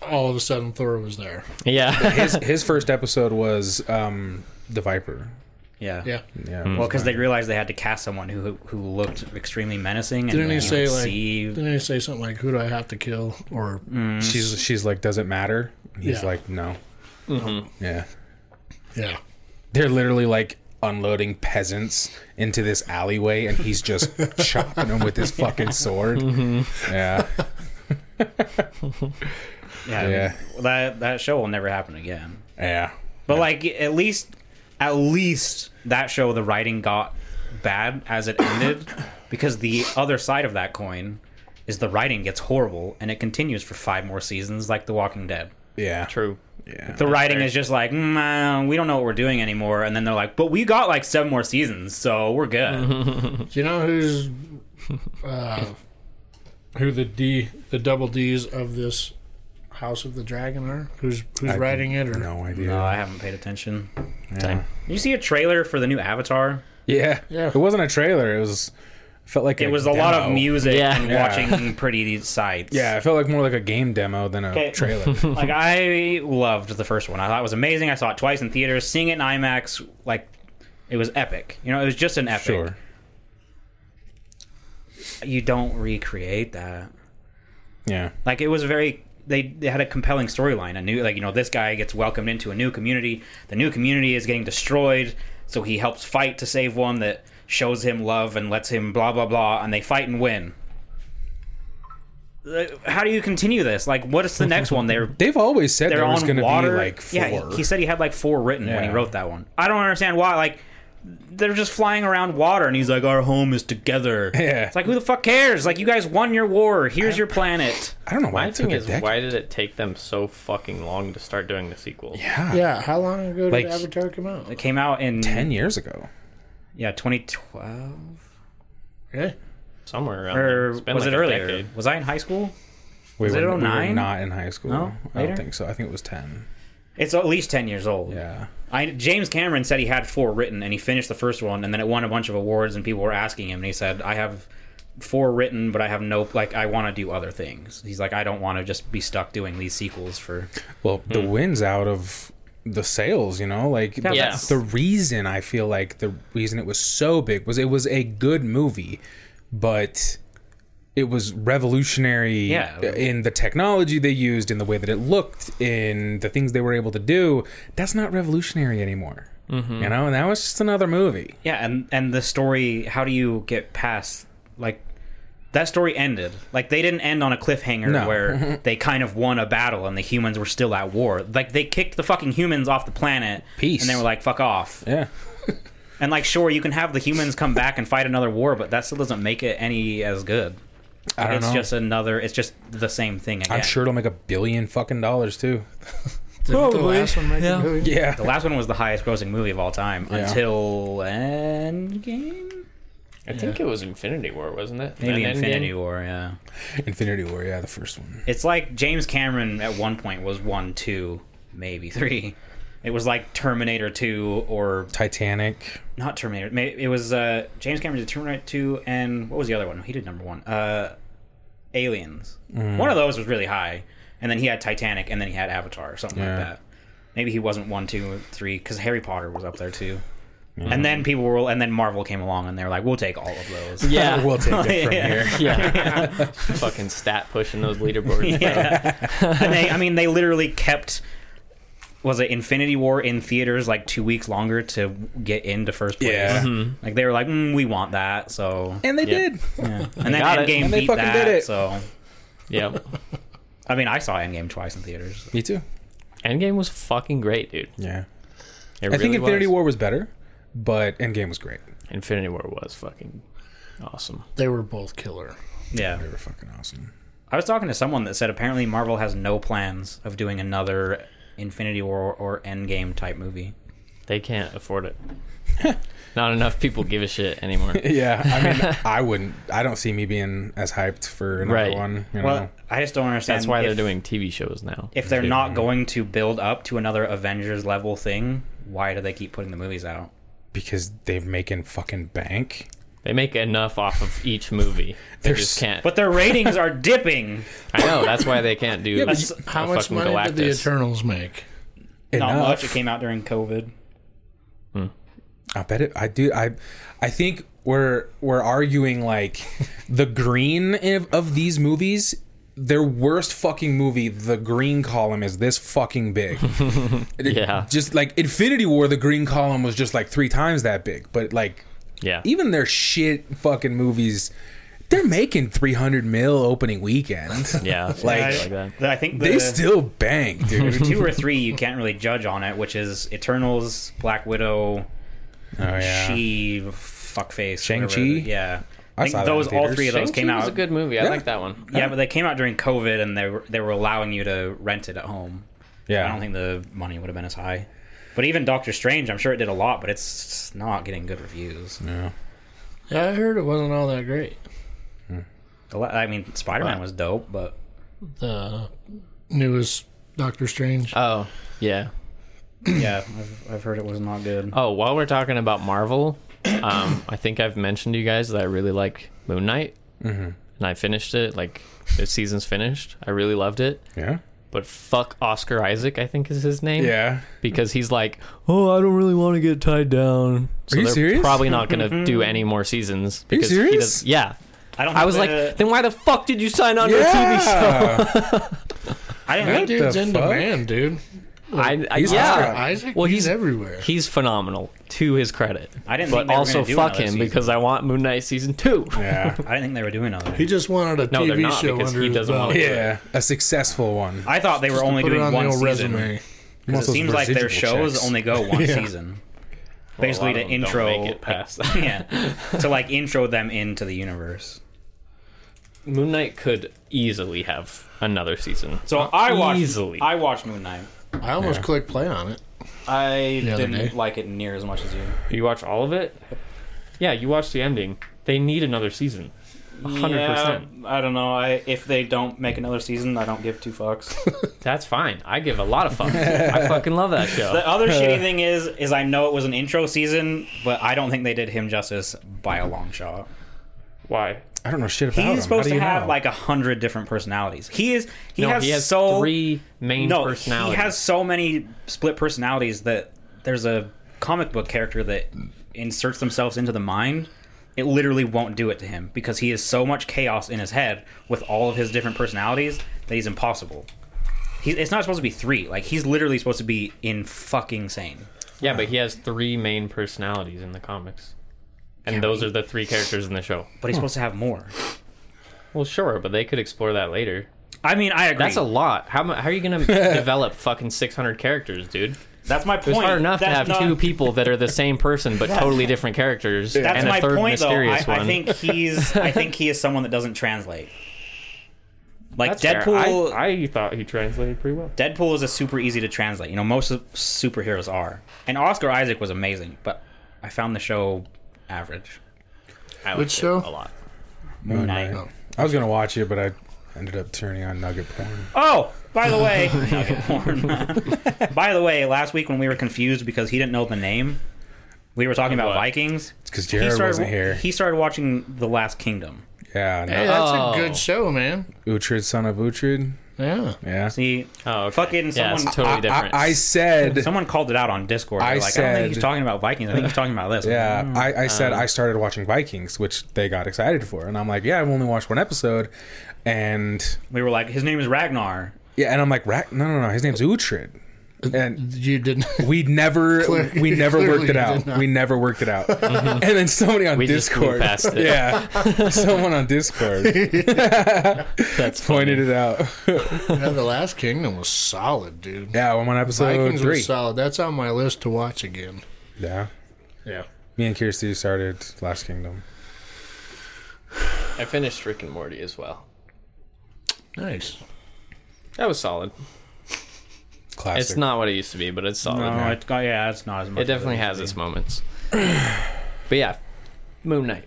S2: all of a sudden Thor was there.
S4: Yeah,
S1: his his first episode was um the Viper.
S3: yeah,
S2: Yeah.
S1: Yeah.
S3: Well, because they realized they had to cast someone who who looked extremely menacing. And
S2: Didn't he
S3: you
S2: say,
S3: could
S2: like-
S3: see-
S2: Didn't he say something like, "Who do I have to kill?" Or
S1: she's she's like, does it matter? And He's
S2: Yeah.
S1: like, no.
S3: Mm-hmm.
S1: Yeah.
S2: yeah,
S1: They're literally like unloading peasants into this alleyway, and he's just chopping them with his fucking sword.
S3: Mm-hmm.
S1: Yeah.
S3: yeah,
S1: Yeah.
S3: that that show will never happen again.
S1: Yeah.
S3: But like at least at least that show the writing got bad as it ended because the other side of that coin is the writing gets horrible and it continues for five more seasons like The Walking Dead.
S1: Yeah.
S4: true.
S1: Yeah.
S3: The writing is just like mm, uh, we don't know what we're doing anymore and then they're like but we got like seven more seasons so we're good.
S1: Mm-hmm.
S2: do you know who's uh, who the D, the double D's of this House of the Dragon are? Who's who's
S1: I-
S2: writing it? Or
S1: No idea.
S3: No, Oh, I haven't paid attention. Did
S1: yeah.
S3: you see a trailer for the new Avatar?
S1: yeah.
S2: Yeah.
S1: It wasn't a trailer. It was felt like
S3: It was a lot of
S1: demo.
S3: music
S4: Yeah.
S3: and
S1: Yeah.
S3: watching pretty sights.
S1: Yeah, it felt like more like a game demo than a
S3: 'Kay.
S1: trailer.
S3: like I loved the first one. I thought it was amazing. I saw it twice in theaters, seeing it in IMAX, like it was epic. You know, it was just an epic.
S1: sure.
S3: You don't recreate that.
S1: Yeah.
S3: Like it was very they, they had a compelling storyline. A new like you know, this guy gets welcomed into a new community. The new community is getting destroyed, so he helps fight to save one that shows him love and lets him blah blah blah and they fight and win. Uh, How do you continue this? Like what is the next one? They're
S1: They've always said
S3: they're
S1: there was
S3: on
S1: going to
S3: water.
S1: be like four.
S3: Yeah, he- he said he had like four written when he
S1: Yeah.
S3: wrote that one. I don't understand why. Like, they're just flying around water, and he's like, "Our home is together."
S1: Yeah.
S3: it's like who the fuck cares? Like, you guys won your war. Here's your planet.
S1: I don't know why
S4: My
S1: it took
S4: thing
S1: a
S4: is,
S1: decade.
S4: why did it take them so fucking long to start doing the sequel?
S1: Yeah.
S2: Yeah, how long ago did
S1: Like-
S2: Avatar come out?
S3: It came out in
S1: Ten years ago.
S3: yeah 2012
S2: Yeah.
S4: Somewhere around. there.
S3: or
S4: It's been
S3: was
S4: like
S3: it
S4: a
S3: earlier?
S4: decade.
S3: Was I in high school?
S1: We
S3: Was
S1: were,
S3: it
S1: we were
S3: 09?
S1: not in high school.
S3: No?
S1: I
S3: Later?
S1: don't think so. I think it was ten.
S3: It's at least 10 years old.
S1: Yeah.
S3: I, James Cameron said he had four written and he finished the first one and then it won a bunch of awards and people were asking him and he said, I have four written, but I have no, like, I want to do other things. He's like, I don't want to just be stuck doing these sequels for.
S1: Well,
S3: Hmm.
S1: the wind's out of the sales, you know? Like the,
S4: Yeah.
S1: the reason I feel like the reason it was so big was it was a good movie, but it was revolutionary
S3: Yeah.
S1: in the technology they used, in the way that it looked, in the things they were able to do. That's not revolutionary anymore.
S3: Mm-hmm.
S1: You know, and that was just another movie.
S3: Yeah. And, and the story, how do you get past, like, that story ended. Like, they didn't end on a cliffhanger
S1: No.
S3: where they kind of won a battle and the humans were still at war. Like, they kicked the fucking humans off the planet.
S1: Peace.
S3: And they were like, fuck off.
S1: Yeah.
S3: And like, sure, you can have the humans come back and fight another war, but that still doesn't make it any as good.
S1: I don't
S3: it's
S1: know.
S3: just another. It's just the same thing again.
S1: I'm sure it'll make a billion fucking dollars too.
S2: Did the last one make a billion?
S1: Yeah.
S3: The last one was the highest grossing movie of all time
S1: Yeah.
S3: until Endgame.
S4: I think it was Infinity War, wasn't it?
S3: Maybe
S4: And Endgame?
S3: Infinity War, yeah.
S1: Infinity War, yeah, the first one.
S3: It's like James Cameron at one point was one, two, maybe three. It was like Terminator two or
S1: Titanic.
S3: not Terminator. ma- It was uh, James Cameron did Terminator two and what was the other one? He did number one. Uh, Aliens.
S1: Mm.
S3: One of those was really high, and then he had Titanic, and then he had Avatar, or something
S1: Yeah.
S3: like that. Maybe he wasn't one, two, or three because Harry Potter was up there too. And then people were, and then Marvel came along, and they were like, "We'll take all of those."
S4: Oh, Yeah.
S1: we'll take it from
S3: Yeah.
S1: here.
S4: yeah. Fucking stat pushing those leaderboards.
S3: Yeah. and they, I mean, they literally kept. Was it Infinity War in theaters like two weeks longer to get into first place?
S1: Yeah.
S3: Like they were like, mm, we want that, so
S1: And they
S4: Mm-hmm. Yeah.
S1: did.
S3: yeah. and then
S4: got it.
S3: Endgame
S1: And they
S3: beat
S1: fucking
S3: that.
S1: did it.
S3: So
S4: Yep.
S3: I mean, I saw Endgame twice in theaters.
S1: Me too.
S4: Endgame was fucking great, dude.
S1: Yeah.
S4: It
S1: I think
S4: really
S1: Infinity
S4: was.
S1: War was better, but Endgame was great.
S4: Infinity War was fucking awesome.
S2: They were both killer.
S3: Yeah,
S1: They were fucking awesome.
S3: I was talking to someone that said apparently Marvel has no plans of doing another Infinity War or Endgame type movie.
S4: They can't afford it. Not enough people give a shit anymore.
S1: Yeah, I mean, I wouldn't. I don't see me being as hyped for another
S4: Right.
S1: one. You know,
S3: Well, I just don't understand.
S4: That's why
S3: if-
S4: they're doing TV shows now.
S3: If they're
S4: too.
S3: not going to build up to another Avengers level thing, why do they keep putting the movies out?
S1: because they're making fucking bank.
S4: they make enough off of each movie. They
S1: They're
S4: just
S1: s-
S4: can't.
S3: But their ratings are dipping.
S4: I know that's why they can't do.
S1: but
S4: a
S2: How much
S4: fucking
S2: money did the
S4: Galactus.
S2: Eternals make?
S3: Not
S1: Enough.
S3: much. It came out during COVID.
S1: I bet it. I do. I, I think we're we're arguing like the green of, of these movies. Their worst fucking movie, the green column is this fucking big. It-
S4: Yeah.
S1: Just like Infinity War, the green column was just like three times that big. But like,
S4: Yeah,
S1: even their shit fucking movies, they're making 300 mil opening weekend.
S4: yeah,
S1: Like-
S4: like that.
S3: I think the,
S1: They still bank, dude.
S3: there's two or three you can't really judge on it, which is Eternals, Black Widow,
S1: Oh, yeah.
S3: She, Fuckface,
S1: Shang-Chi?
S3: whatever. Yeah, I,
S1: I
S3: think
S1: saw that
S3: those
S1: in
S3: all
S1: theaters.
S3: three of those
S4: Shang-Chi
S3: came out.
S4: was a good movie. I
S1: Yeah.
S4: like that one.
S3: Yeah, but they came out during COVID, and they were they were allowing you to rent it at home.
S1: yeah.
S3: I don't think the money would have been as high. But even Doctor Strange, I'm sure it did a lot, but it's not getting good reviews.
S1: Yeah.
S2: Yeah, I heard it wasn't all that great.
S3: The la- I mean, Spider Man was dope, but
S2: The newest Doctor Strange.
S4: Oh yeah.
S3: yeah, I've, I've heard it was not good.
S4: Oh, while we're talking about Marvel, um, I think I've mentioned to you guys that I really like Moon Knight,
S1: Mm-hmm.
S4: and I finished it. Like the season's finished. I really loved it.
S1: Yeah.
S4: But fuck Oscar Isaac, I think is his name.
S1: Yeah.
S4: because he's like, oh, I don't really want to get tied down. So
S1: you
S4: they're
S1: serious?
S4: probably not going to do any more seasons
S1: you
S4: because he
S1: serious?
S4: does. Yeah,
S3: I don't.
S4: I was
S3: think
S4: like,
S3: the-
S4: then why the fuck did you sign on to a TV show?
S1: Yeah.
S3: I didn't.
S2: that
S3: Think,
S2: dude's
S1: the
S2: in
S1: fuck?
S2: demand, dude.
S4: I, I,
S1: He's
S4: yeah,
S1: Oscar
S2: Oscar Isaac.
S4: Well,
S2: he's,
S4: he's-
S2: everywhere.
S4: he's phenomenal to his credit.
S3: I didn't think
S4: But
S3: they were
S4: also
S3: gonna do
S4: fuck
S3: another
S4: him
S3: season.
S4: because I want Moon Knight season two.
S1: yeah.
S3: I didn't think they were doing another.
S2: He just wanted a
S4: No, they're
S2: TV
S4: not,
S2: show
S4: because
S2: under
S4: he
S2: his
S4: doesn't
S2: belt.
S4: wanna do it.
S1: Yeah. A successful one.
S3: I thought they were only
S2: Put it
S3: doing
S2: on the
S3: one
S2: old
S3: season.
S2: resume.
S1: Want
S3: It
S1: those
S3: seems like their
S1: residual
S3: shows
S1: checks.
S3: only go one season. Basically, to intro. yeah, to like intro them into the universe.
S4: Moon Knight could easily have another season.
S3: So I watched.
S4: Easily.
S3: I watched Moon Knight.
S2: I almost clicked play on it.
S3: I
S2: The other
S3: didn't
S2: day.
S3: like it near as much as you.
S4: You watch all of it? Yeah, you watch the ending. They need another season. 100%.
S3: Yeah, I don't know. I if they don't make another season, I don't give two fucks.
S4: That's fine. I give a lot of fucks. I fucking love that show.
S3: the other shitty thing is, is I know it was an intro season, but I don't think they did him justice by a long shot.
S4: Why?
S1: I don't know shit about him.
S3: He's
S1: How
S3: supposed
S1: do
S3: to
S1: you
S3: have
S1: know?
S3: like a hundred different personalities. He is. He,
S4: no,
S3: has,
S4: he has
S3: so
S4: three main
S3: no.
S4: personalities.
S3: He has so many split personalities that there's a comic book character that inserts themselves into the mind. It literally won't do it to him because he is so much chaos in his head with all of his different personalities that he's impossible. He, it's not supposed to be three. Like he's literally supposed to be in fucking sane.
S4: yeah, but he has three main personalities in the comics, and those are the three characters in the show.
S3: but he's supposed to have more.
S4: Well, sure, but they could explore that later.
S3: I mean, I agree.
S4: That's a lot. How mu- how are you gonna develop fucking six hundred characters, dude?
S3: that's my point.
S4: It's hard enough
S3: That's
S4: to have
S3: not-
S4: two people that are the same person but totally different characters,
S3: That's
S4: and a
S3: my
S4: third
S3: point, though. I,
S4: mysterious one.
S3: I think he's. I think he is someone that doesn't translate. Like
S4: That's fair.
S3: Deadpool.
S4: I, I thought he translated pretty well.
S3: Deadpool is a super easy to translate. You know, most of superheroes are. And Oscar Isaac was amazing, but I found the show average. I
S2: Which
S3: liked it
S2: show?
S3: A lot.
S1: Moon
S3: Knight.
S1: Knight. I was gonna watch it, but I ended up turning on Nugget porn.
S3: Oh, by the way, Nugget porn. by the way, last week when we were confused because he didn't know the name, we were talking
S4: Of
S3: about
S4: what?
S3: Vikings.
S1: It's because
S3: He
S1: Jared
S3: started,
S1: wasn't here.
S3: he started watching The Last Kingdom.
S1: yeah,
S2: Hey,
S1: no.
S2: that's
S4: Oh.
S2: a good show, man.
S1: Uhtred, son of Uhtred.
S2: Yeah.
S1: Yeah.
S3: See,
S4: Oh, okay.
S3: fucking
S4: yeah, it's
S3: someone-
S4: totally
S1: I,
S4: different.
S1: I I said.
S3: someone called it out on Discord.
S1: I
S3: They're like, I don't think he's
S1: said-
S3: talking about Vikings. I think he's talking about this.
S1: Yeah, I, I
S3: Mm,
S1: said
S3: um.
S1: I started watching Vikings, which they got excited for, and I'm like, yeah, I've only watched one episode, and
S3: We were like, his name is Ragnar.
S1: yeah, and I'm like, Rack, no, no, no, his name's Uhtred, and
S2: You didn't.
S1: we never,
S2: Clear-
S1: we never
S2: clearly
S1: worked it
S2: you
S1: out.
S2: did not.
S1: We never worked it out. and then somebody on
S4: Mm-hmm. We just
S1: Discord,
S4: blew past it.
S1: yeah, someone on Discord
S4: That's
S1: pointed it out.
S2: yeah, the Last Kingdom was solid, dude.
S1: Yeah, I'm on episode
S2: Vikings
S1: three.
S2: was solid. That's on my list to watch again.
S1: yeah,
S2: Yeah.
S1: me and Kirsty started Last Kingdom.
S4: I finished Rick and Morty as well.
S2: Nice.
S4: That was solid.
S1: Classic.
S4: It's not what it used to be, but it's
S1: Oh,
S4: solid.
S3: No, it's got, yeah, it's not as much.
S4: It definitely has its moments. but yeah, Moon Knight.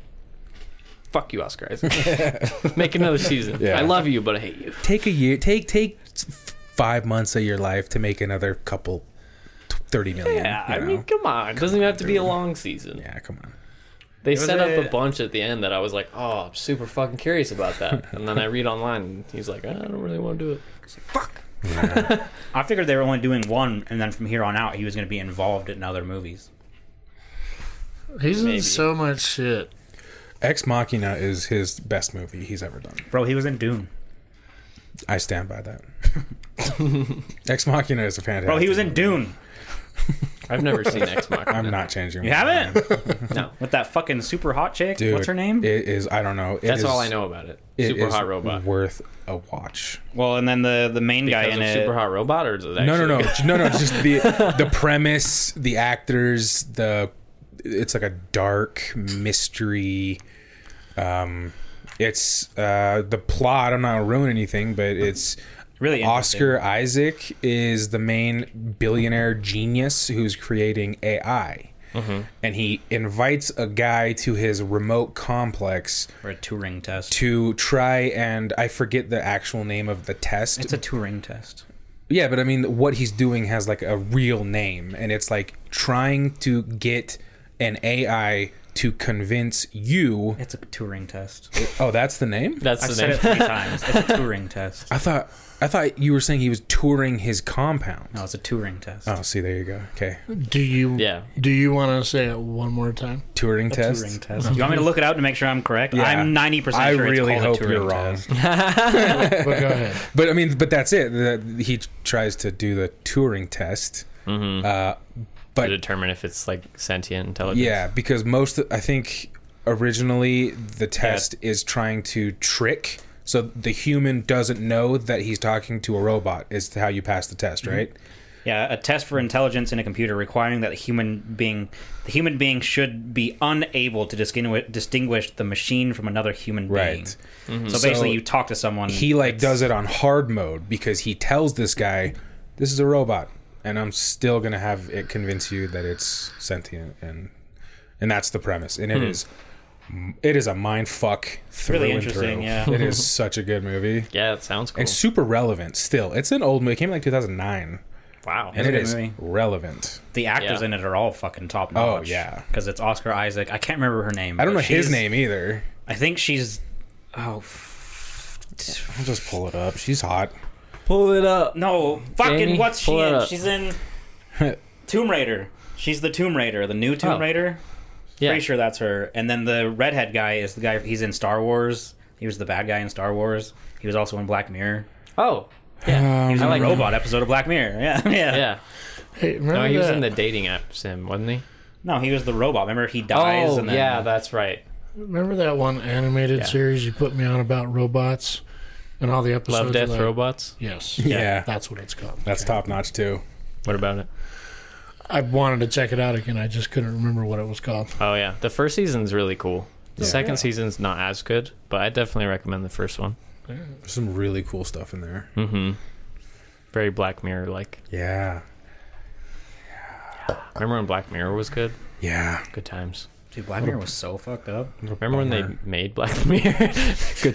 S4: Fuck you, Oscar Isaac. Make another season.
S1: Yeah.
S4: I love you, but I hate you.
S1: take a year take take f- five months of your life to make another couple t- 30 million
S4: Yeah,
S1: you
S4: I
S1: know?
S4: mean, come on. It doesn't even have to be a long season.
S1: yeah come on
S4: They
S3: was
S4: set up
S3: a-
S4: a bunch at the end that I was like, oh, I'm super fucking curious about that. And then I read online, and he's like, I don't really want to do it.
S3: I figured they were only doing one, and then from here on out, he was going to be involved in other movies.
S2: He's
S4: Maybe.
S2: in so much shit.
S1: ex machina is his best movie he's ever done
S3: Bro, he was in Dune.
S1: i stand by that ex machina is a fantastic
S3: Bro, he was in Dune.
S4: I've never seen X Machina.
S1: i'm not changing
S3: You
S1: my mind.
S3: haven't?
S4: No.
S3: With that fucking super hot chick.
S1: Dude,
S3: What's her name?
S1: It is. I don't know. It
S4: That's
S1: is-
S4: all I know about it.
S1: it
S4: super
S1: is
S4: Hot Robot.
S1: Worth a watch.
S3: well, and then the the main guy
S4: Because
S3: in
S4: of
S3: it.
S4: Super Hot Robot, or is it
S1: No,
S4: actually
S1: no, no,
S4: good?
S1: no, no. Just the the premise, the actors, the it's like a dark mystery. Um, it's uh the plot. I'm not gonna ruin anything, but it's
S3: Really interesting.
S1: Oscar Isaac is the main billionaire genius who's creating AI.
S4: Mm-hmm.
S1: And he invites a guy to his remote complex
S3: For a Turing test.
S1: to try and I forget the actual name of the test.
S3: it's a Turing test.
S1: Yeah, but I mean, what he's doing has like a real name, and it's like trying to get an AI to convince you.
S3: It's a Turing test.
S1: Oh, that's the name.
S4: That's
S3: I've
S4: the
S3: said
S4: name.
S3: it three times. It's a Turing test.
S1: I thought I thought you were saying he was touring his compound.
S3: No, it's a Turing test.
S1: Oh, see, there you go. Okay,
S2: Do you?
S4: Yeah.
S2: Do you want to say it one more time?
S1: touring test.
S3: Turing test. You want me to look it up to make sure I'm correct?
S1: Yeah.
S3: I'm 90% sure
S1: I
S3: it's
S1: really
S3: called
S1: hope
S3: a Turing
S1: you're wrong.
S3: test.
S2: But go ahead.
S1: But I mean, but that's it. The, he tries to do the Turing test. Uh,
S4: to
S1: but
S4: determine if it's like sentient intelligence.
S1: Yeah, because most I think originally the test is trying to trick so the human doesn't know that he's talking to a robot is how you pass the test,
S3: Mm-hmm.
S1: right?
S3: Yeah, a test for intelligence in a computer requiring that the human being the human being should be unable to distinguish, distinguish the machine from another human being.
S1: Right.
S4: Mm-hmm.
S3: So basically
S1: So
S3: you talk to someone
S1: He like does it on hard mode because he tells this guy, "This is a robot," and I'm still gonna have it convince you that it's sentient, and and that's the premise, and it is. It is a mind fuck. Through
S3: Hmm. really
S1: and
S3: interesting,
S1: through.
S3: yeah.
S1: it is such a good movie
S4: Yeah, that sounds cool.
S1: and super relevant. Still, it's an old movie. It came out like 2009.
S4: wow.
S1: and it
S3: It's a good
S1: is
S3: movie.
S1: relevant.
S3: the actors
S4: Yeah.
S3: in it are all fucking top notch.
S1: Oh, yeah.
S3: Because it's Oscar Isaac. I can't remember her name.
S1: I don't know
S3: but
S1: his
S3: she's-
S1: name either.
S3: I think she's oh
S1: I'll just pull it up. She's hot.
S4: Pull it up.
S3: No, fucking
S4: Jamie,
S3: what's she
S4: pull it
S3: in?
S4: up.
S3: She's in Tomb Raider. She's the Tomb Raider, the new Tomb
S4: Oh.
S3: Raider.
S4: Yeah.
S3: Pretty sure that's her. And then the redhead guy is the guy. He's in Star Wars. He was the bad guy in Star Wars. He was also in Black Mirror.
S4: Oh. Yeah.
S1: Um,
S4: I
S3: I
S4: like
S3: like robot episode of Black Mirror. Yeah, yeah.
S4: Yeah.
S2: Hey, remember
S4: No, he was
S2: that?
S4: in the dating app sim, wasn't he?
S3: No, he was the robot. Remember, he dies.
S4: Oh,
S3: and then,
S4: yeah, that's right.
S2: Remember that one animated
S4: Yeah.
S2: series you put me on about robots and all the episodes?
S4: Love,
S2: are
S4: Death,
S2: like-
S4: Robots.
S2: Yes.
S1: Yeah,
S2: That's what it's called.
S1: that's top notch too.
S4: What about it?
S2: I wanted to check it out again. I just couldn't remember what it was called.
S4: Oh yeah, the first season's really cool. The
S1: Yeah.
S4: second
S1: Yeah.
S4: season's not as good, but I definitely recommend the first one.
S1: There's some really cool stuff in there.
S4: Mm-hmm. Very Black Mirror like.
S1: Yeah,
S4: Remember when Black Mirror was good?
S1: yeah.
S4: Good times.
S3: Dude, Black Mirror was so fucked up.
S4: Remember when they made Black Mirror? Good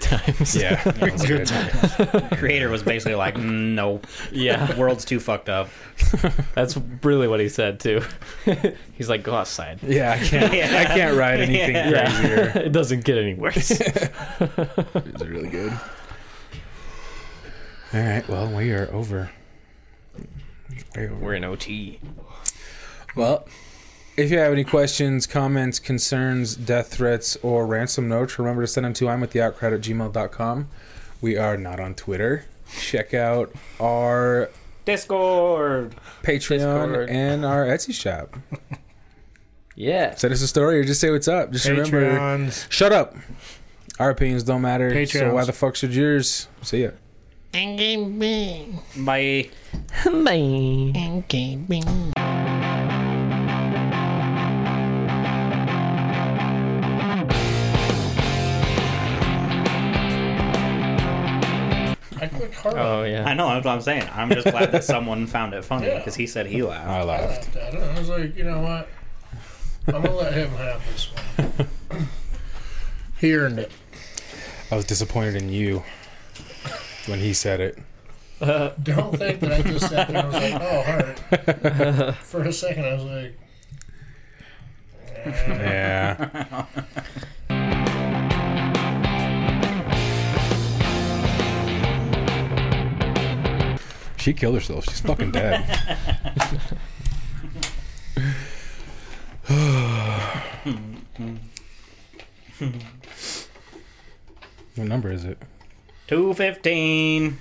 S4: times.
S1: Yeah, that was good.
S3: Creator was basically like, "Mm, no,
S4: Yeah.
S3: world's too fucked up.
S4: That's really what he said too. He's like, go outside.
S1: Yeah, I can't. I can't ride anything crazier.
S4: it doesn't get any worse.
S1: It's really good. All right. Well, we are over. Way over.
S4: We're in OT.
S1: Well, if you have any questions, comments, concerns, death threats, or ransom notes, remember to send them to I'm with the outcrowd at gmail.com. We are not on Twitter. Check out our
S3: Discord.
S1: Patreon
S4: Discord.
S1: and our Etsy shop.
S4: Yeah.
S1: Send us a story or just say what's up. Just remember,
S2: Patreons.
S1: shut up. Our opinions don't matter. So
S2: Patreons.
S1: why the fuck should yours? See ya.
S3: Bye.
S4: Bye.
S2: I clicked hard.
S4: Oh yeah.
S3: I know that's what I'm saying. I'm just glad that someone found it funny because he said he laughed.
S1: I laughed.
S2: I don't- I was like, you know what? I'm gonna let him have this one. he earned it.
S1: I was disappointed in you when he said it.
S2: Don't think that I just sat there and was like, oh, heart. For a second, I was like,
S1: Yeah. She killed herself. She's fucking dead. what number is it?
S3: Two fifteen.